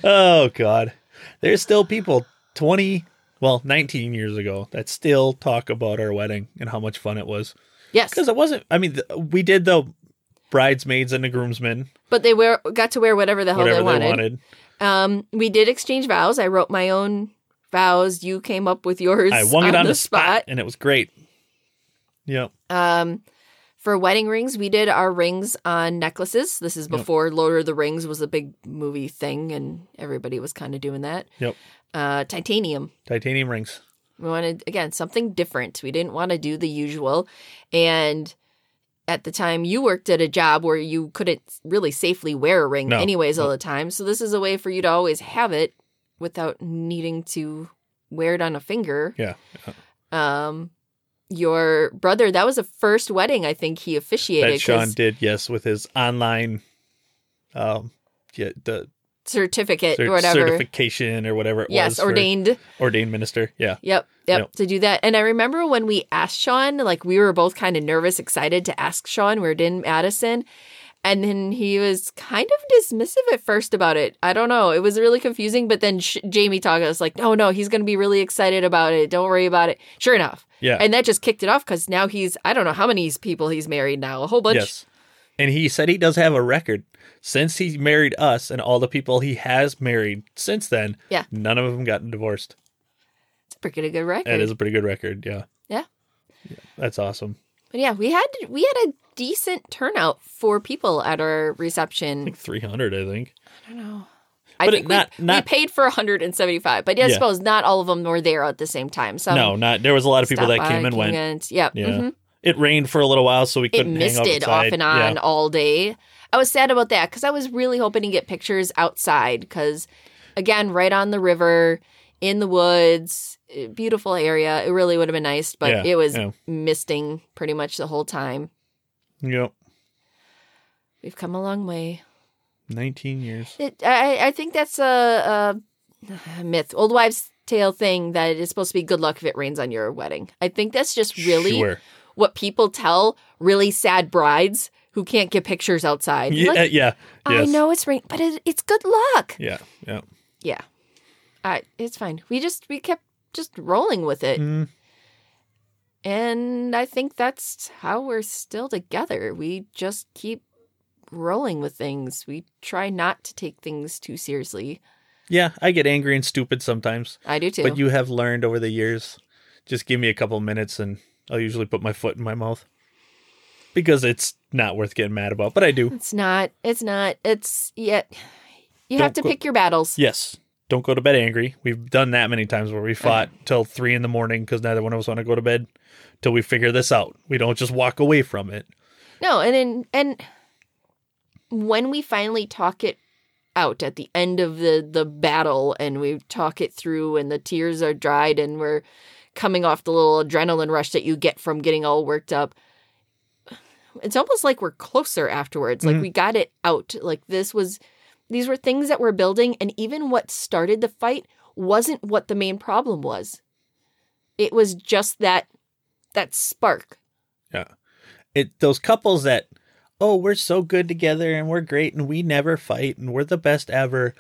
S1: Oh God, there's still people twenty well, 19 years ago that still talk about our wedding and how much fun it was.
S2: Yes,
S1: Because it wasn't, I mean, th- we did the bridesmaids and the groomsmen,
S2: but they wear got to wear whatever the hell
S1: whatever
S2: they wanted.
S1: they wanted.
S2: Um, we did exchange vows. I wrote my own vows. You came up with yours.
S1: I won it on the spot,
S2: spot.
S1: and it was great. Yep.
S2: Um, for wedding rings, we did our rings on necklaces. This is
S1: Yep.
S2: before Lord of the Rings was a big movie thing, and everybody was kind of doing that.
S1: Yep.
S2: Uh, titanium.
S1: Titanium rings.
S2: We wanted again something different. We didn't want to do the usual, and at the time you worked at a job where you couldn't really safely wear a ring
S1: No.
S2: anyways all the time. So this is a way for you to always have it without needing to wear it on a finger.
S1: Yeah.
S2: Um your brother, that was the first wedding I think he officiated
S1: That Sean
S2: 'cause
S1: did, yes, with his online um yeah, the
S2: certificate
S1: cer-
S2: or whatever.
S1: certification or whatever it was.
S2: yes,
S1: for
S2: ordained.
S1: ordained minister. Yeah.
S2: Yep, yep,
S1: Yep.
S2: to do that. And I remember when we asked Sean, like we were both kind of nervous, excited to ask Sean. We were in Madison. And then he was kind of dismissive at first about it. I don't know. It was really confusing. But then Sh- Jamie talked. I was like, oh, no, he's going to be really excited about it. Don't worry about it. Sure enough.
S1: Yeah.
S2: And that just kicked it off because now he's, I don't know how many people he's married now, a whole bunch.
S1: yes. And he said he does have a record since he married us and all the people he has married since then.
S2: Yeah.
S1: None of them got divorced.
S2: It's a pretty good record.
S1: That is a pretty good record. Yeah.
S2: Yeah.
S1: Yeah, That's awesome.
S2: But yeah, we had we had a decent turnout for people at our reception.
S1: Like 300, I think.
S2: I don't know. I
S1: But
S2: think
S1: it-
S2: we-
S1: not-
S2: we,
S1: not-
S2: paid for 175, but yeah, I
S1: Yeah.
S2: suppose not all of them were there at the same time. So
S1: no, not there was a lot of people that came and went.
S2: Yeah,
S1: Yeah.
S2: mhm.
S1: It rained for a little while, so we
S2: it
S1: couldn't hang out
S2: misted off
S1: outside.
S2: and
S1: Yeah.
S2: on all day. I was sad about that because I was really hoping to get pictures outside because, again, right on the river, in the woods, eh, beautiful area. It really would have been nice, but
S1: Yeah,
S2: it was
S1: yeah.
S2: misting pretty much the whole time.
S1: Yep.
S2: We've come a long way.
S1: 19 years.
S2: It, I, I think that's a, a <sighs> myth, old wives' tale thing that it's supposed to be good luck if it rains on your wedding. I think that's just really
S1: Sure.
S2: what people tell really sad brides who can't get pictures outside.
S1: Yeah,
S2: Like,
S1: yeah.
S2: I
S1: yes.
S2: know it's rain, but it, it's good luck.
S1: Yeah, yeah.
S2: Yeah, I, it's fine. We just we kept just rolling with it,
S1: Mm,
S2: and I think that's how we're still together. We just keep rolling with things. We try not to take things too seriously.
S1: yeah, I get angry and stupid sometimes,
S2: I do too.
S1: but you have learned over the years. Just give me a couple minutes and I'll usually put my foot in my mouth because it's not worth getting mad about, but I
S2: <laughs>
S1: do.
S2: It's not. It's not. It's yet. You have
S1: Don't
S2: to
S1: go-
S2: pick your battles.
S1: Yes. Don't go to bed angry. We've done that many times where we fought till three in the morning because neither one of us want to go to bed till we figure this out. We don't just walk away from it.
S2: No, and then and when we finally talk it out at the end of the the battle, and we talk it through, and the tears are dried, and we're coming off the little adrenaline rush that you get from getting all worked up. It's almost like we're closer afterwards. Like
S1: Mhm.
S2: we got it out. Like this was these were things that we're building and even what started the fight wasn't what the main problem was. It was just that that spark.
S1: it those couples that oh we're so good together and we're great and we never fight and we're the best ever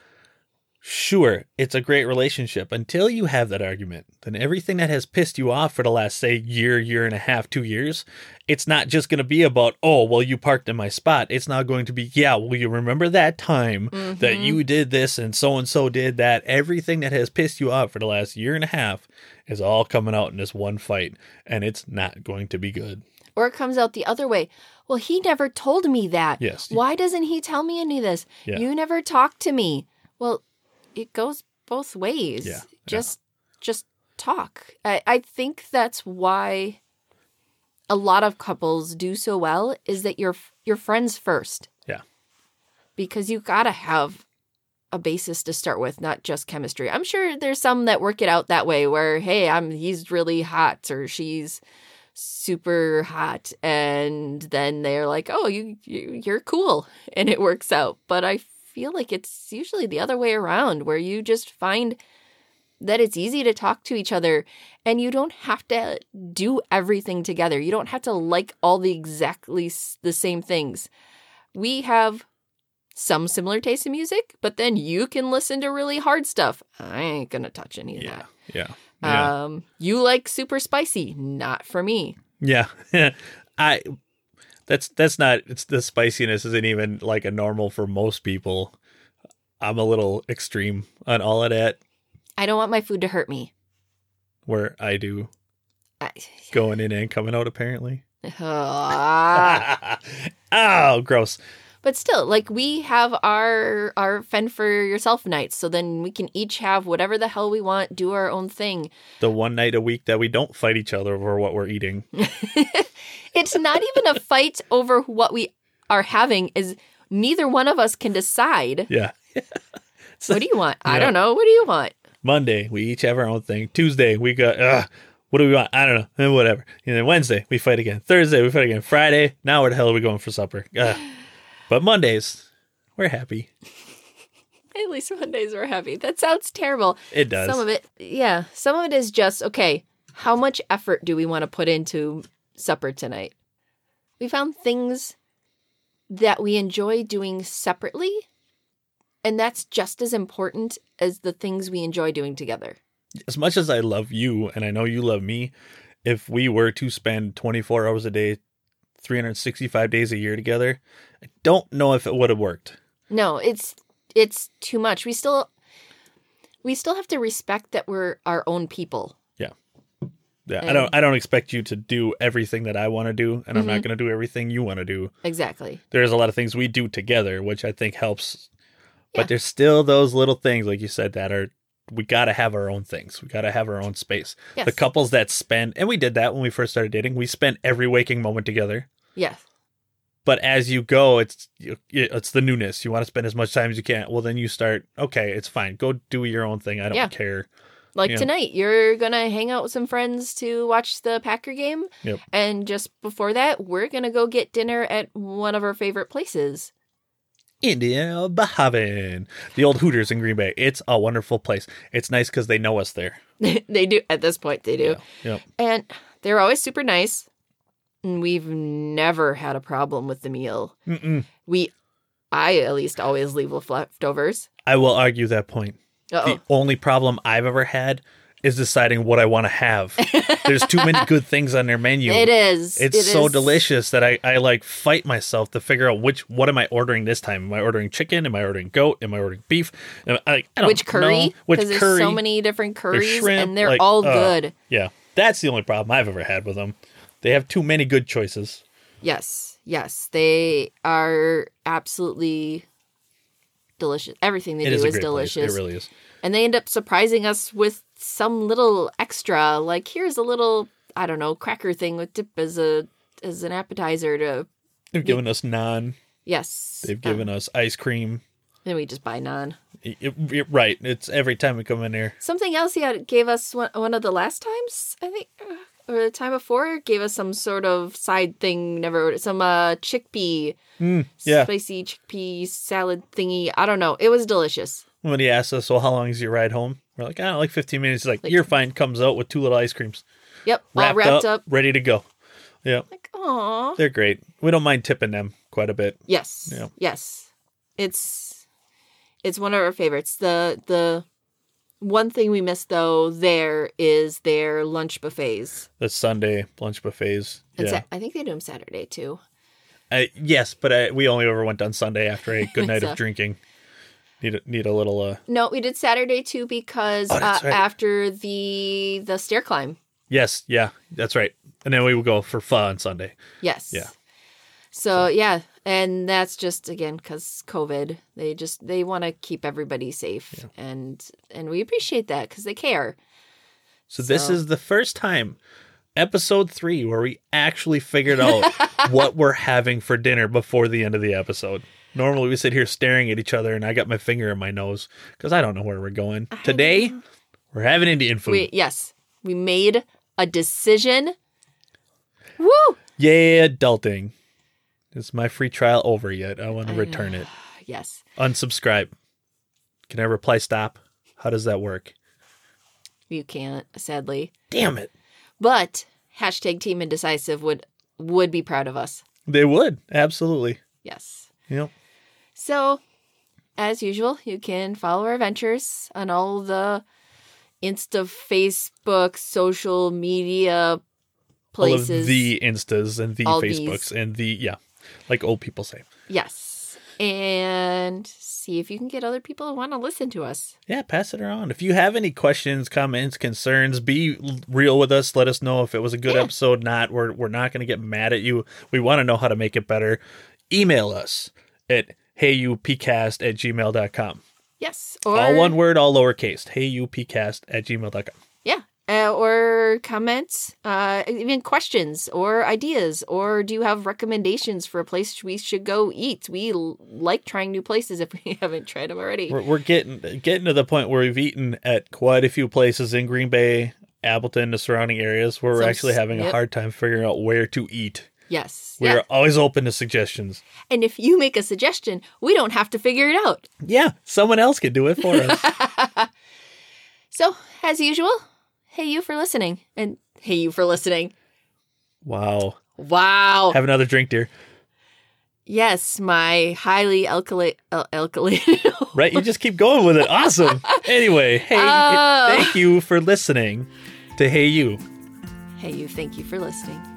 S1: sure it's a great relationship until you have that argument then everything that has pissed you off for the last say year year and a half two years it's not just going to be about oh well you parked in my spot it's now going to be yeah well you remember that time that
S2: Mhm.
S1: you did this and so and so did that everything that has pissed you off for the last year and a half is all coming out in this one fight and it's not going to be good
S2: Or it comes out the other way. Well, he never told me that.
S1: yes
S2: Why doesn't he tell me any of this?
S1: Yeah.
S2: You never talked to me. Well, it goes both ways.
S1: Yeah, yeah.
S2: Just just talk. I, I think that's why a lot of couples do so well is that you're you're friends first.
S1: Yeah.
S2: Because you gotta have a basis to start with, not just chemistry. I'm sure there's some that work it out that way where, hey, I'm he's really hot or she's super hot and then they're like oh you, you you're cool <laughs> and it works out but i feel like it's usually the other way around where you just find that it's easy to talk to each other and you don't have to do everything together you don't have to like all the exactly s- the same things we have some similar taste in music but then you can listen to really hard stuff i ain't gonna touch any of
S1: Yeah.
S2: that
S1: Yeah. Yeah.
S2: Um, you like super spicy, not for me.
S1: Yeah. <laughs> I that's that's not it's the spiciness isn't even like a normal for most people. I'm a little extreme on all of that
S2: I don't want my food to hurt me.
S1: where I do
S2: I, <laughs>
S1: going in and coming out apparently. <laughs>
S2: Ah.
S1: oh, gross.
S2: but still, like we have our our fend for yourself nights, so then we can each have whatever the hell we want, do our own thing.
S1: The one night a week that we don't fight each other over what we're eating.
S2: it's not even a fight over what we are having is neither one of us
S1: <laughs>
S2: can decide
S1: Yeah.
S2: what do you want i
S1: Yeah.
S2: don't know what do you want
S1: Monday, we each have our own thing. Tuesday, we got, uh, what do we want? I don't know. Eh, Whatever. And then Wednesday, we fight again. Thursday, we fight again. Friday, now where the hell are we going for supper? Ugh. But Mondays, we're happy.
S2: at least Mondays were heavy that sounds terrible
S1: It does.
S2: some of it yeah some of it is just okay how much effort do we want to put into supper tonight we found things that we enjoy doing separately and that's just as important as the things we enjoy doing together
S1: as much as I love you and I know you love me, if we were to spend 24 hours a day, 365 days a year together, I don't know if it would have worked.
S2: No, it's it's too much. We still we still have to respect that we're our own people.
S1: Yeah, I
S2: Mm.
S1: don't. I don't expect you to do everything that I want to do, and I'm not
S2: Mhm.
S1: going to do everything you want to do.
S2: Exactly.
S1: there's a lot of things we do together, which I think helps.
S2: Yeah.
S1: But there's still those little things, like you said, that are we gotta have our own things. We gotta have our own space.
S2: Yes.
S1: The couples that spend and we did that when we first started dating. We spent every waking moment together.
S2: Yes.
S1: But as you go, it's you- it's the newness. You want to spend as much time as you can. Well, then you start. Okay, it's fine. Go do your own thing. I don't
S2: Yeah.
S1: care.
S2: Like
S1: Yeah.
S2: tonight, you're gonna hang out with some friends to watch the Packer game.
S1: Yep.
S2: And just before that, we're gonna go get dinner at one of our favorite places. <laughs>
S1: Indiana Bahavin, the old Hooters in Green Bay. It's a wonderful place. It's nice because they know us there.
S2: they do at this point they do.
S1: Yeah. Yep.
S2: And they're always super nice. And we've never had a problem with the meal.
S1: Mm-mm.
S2: We I at least always leave with leftovers.
S1: I will argue that point.
S2: Uh
S1: the only problem I've ever had is deciding what I want to
S2: <laughs>
S1: have. There's too many good things on their menu.
S2: It is.
S1: It's
S2: It
S1: so
S2: is.
S1: delicious that I, I like fight myself to figure out which what am I ordering this time? Am I ordering chicken? Am I ordering goat? Am I ordering beef? Am I, I don't
S2: Which
S1: know.
S2: curry?
S1: Which
S2: Because there's
S1: curry?
S2: so many different curries,
S1: shrimp,
S2: and they're
S1: like,
S2: all
S1: uh,
S2: good.
S1: Yeah, that's the only problem I've ever had with them. They have too many good choices.
S2: Yes, yes, they are absolutely delicious. Everything they
S1: It
S2: do
S1: is
S2: is,
S1: a great
S2: delicious,
S1: place. It really is.
S2: and they end up surprising us with some little extra. Like here's a little, I don't know, cracker thing with dip as a as an appetizer to.
S1: They've given us naan.
S2: Yes, Uh,
S1: They've given us ice cream.
S2: Then we just buy none.
S1: It- it- it- right. It's every time we come in here.
S2: Something else he had, gave us one, one of the last times, I think, uh, or the time before, gave us some sort of side thing, never ordered, some uh, chickpea,
S1: Mm, yeah.
S2: spicy chickpea salad thingy. I don't know. It was delicious.
S1: when he asks us, "Well, how long is your ride home?" We're like, "I don't know, like 15 minutes." He's like,
S2: Like-
S1: "You're fine." Comes out with two little ice creams,
S2: Yep.
S1: wrapped,
S2: all wrapped up.
S1: up, ready to go. Yeah,
S2: Like, aw.
S1: they're great. We don't mind tipping them quite a bit.
S2: Yes.
S1: Yeah.
S2: Yes. It's it's one of our favorites. The the one thing we miss though there is their lunch buffets.
S1: The Sunday lunch buffets.
S2: And
S1: Yeah,
S2: Sa- I think they do them Saturday too.
S1: I, yes, but I, we only ever went on Sunday after a good night
S2: So-
S1: of drinking. Need a, need a little. uh
S2: No, we did Saturday too because
S1: Oh,
S2: uh,
S1: that's right.
S2: after the the stair climb.
S1: Yes, yeah, that's right. And then we would go for pho on Sunday.
S2: Yes.
S1: Yeah.
S2: So yeah, and that's just again because COVID, they just they want to keep everybody safe, and and we appreciate that because they care.
S1: So, this
S2: So-
S1: is the first time, episode three, where we actually figured out what we're having for dinner before the end of the episode. Normally we sit here staring at each other, and I got my finger in my nose because I don't know where we're going. Today, we're having Indian food.
S2: We yes, we made a decision. Woo!
S1: Yeah, adulting. Is my free trial over yet? I want to
S2: I
S1: return
S2: <sighs>
S1: it.
S2: Yes.
S1: Unsubscribe. Can I reply stop? How does that work?
S2: You can't, sadly,
S1: Damn it.
S2: but hashtag Team Indecisive would would be proud of us.
S1: They would. Absolutely.
S2: Yes.
S1: Yep.
S2: So, as usual, you can follow our ventures on all the Insta, Facebook, social media places.
S1: All of the Instas and the
S2: All these.
S1: Facebooks and the yeah, like old people say.
S2: Yes. And see if you can get other people who want to listen to us.
S1: Yeah, pass it around. If you have any questions, comments, concerns, be l- real with us. Let us know if it was a good
S2: Yeah.
S1: episode, not. We're we're not going to get mad at you. We want to know how to make it better. Email us at heyupcast at gmail.com.
S2: Yes. Or
S1: all one word, all lowercase. Heyupcast at gmail.com.
S2: Yeah. Uh, or comments, uh, even questions or ideas, or do you have recommendations for a place we should go eat? We l- like trying new places if we <laughs> haven't tried them already.
S1: We're, we're getting getting to the point where we've eaten at quite a few places in Green Bay, Appleton, the surrounding areas, where we're
S2: Some-
S1: actually having a
S2: yep.
S1: hard time figuring out where to eat.
S2: Yes.
S1: We're
S2: yeah.
S1: always open to suggestions.
S2: And if you make a suggestion, we don't have to figure it out.
S1: Yeah, someone else could do it for us.
S2: <laughs> So, as usual, hey you for listening. And hey you for listening.
S1: wow.
S2: Wow.
S1: Have another drink, dear.
S2: yes, my highly alkali al- alkali. <laughs>
S1: Right? You just keep going with it. Awesome. Anyway, hey,
S2: Oh.
S1: thank you for listening to Hey You.
S2: hey you, thank you for listening.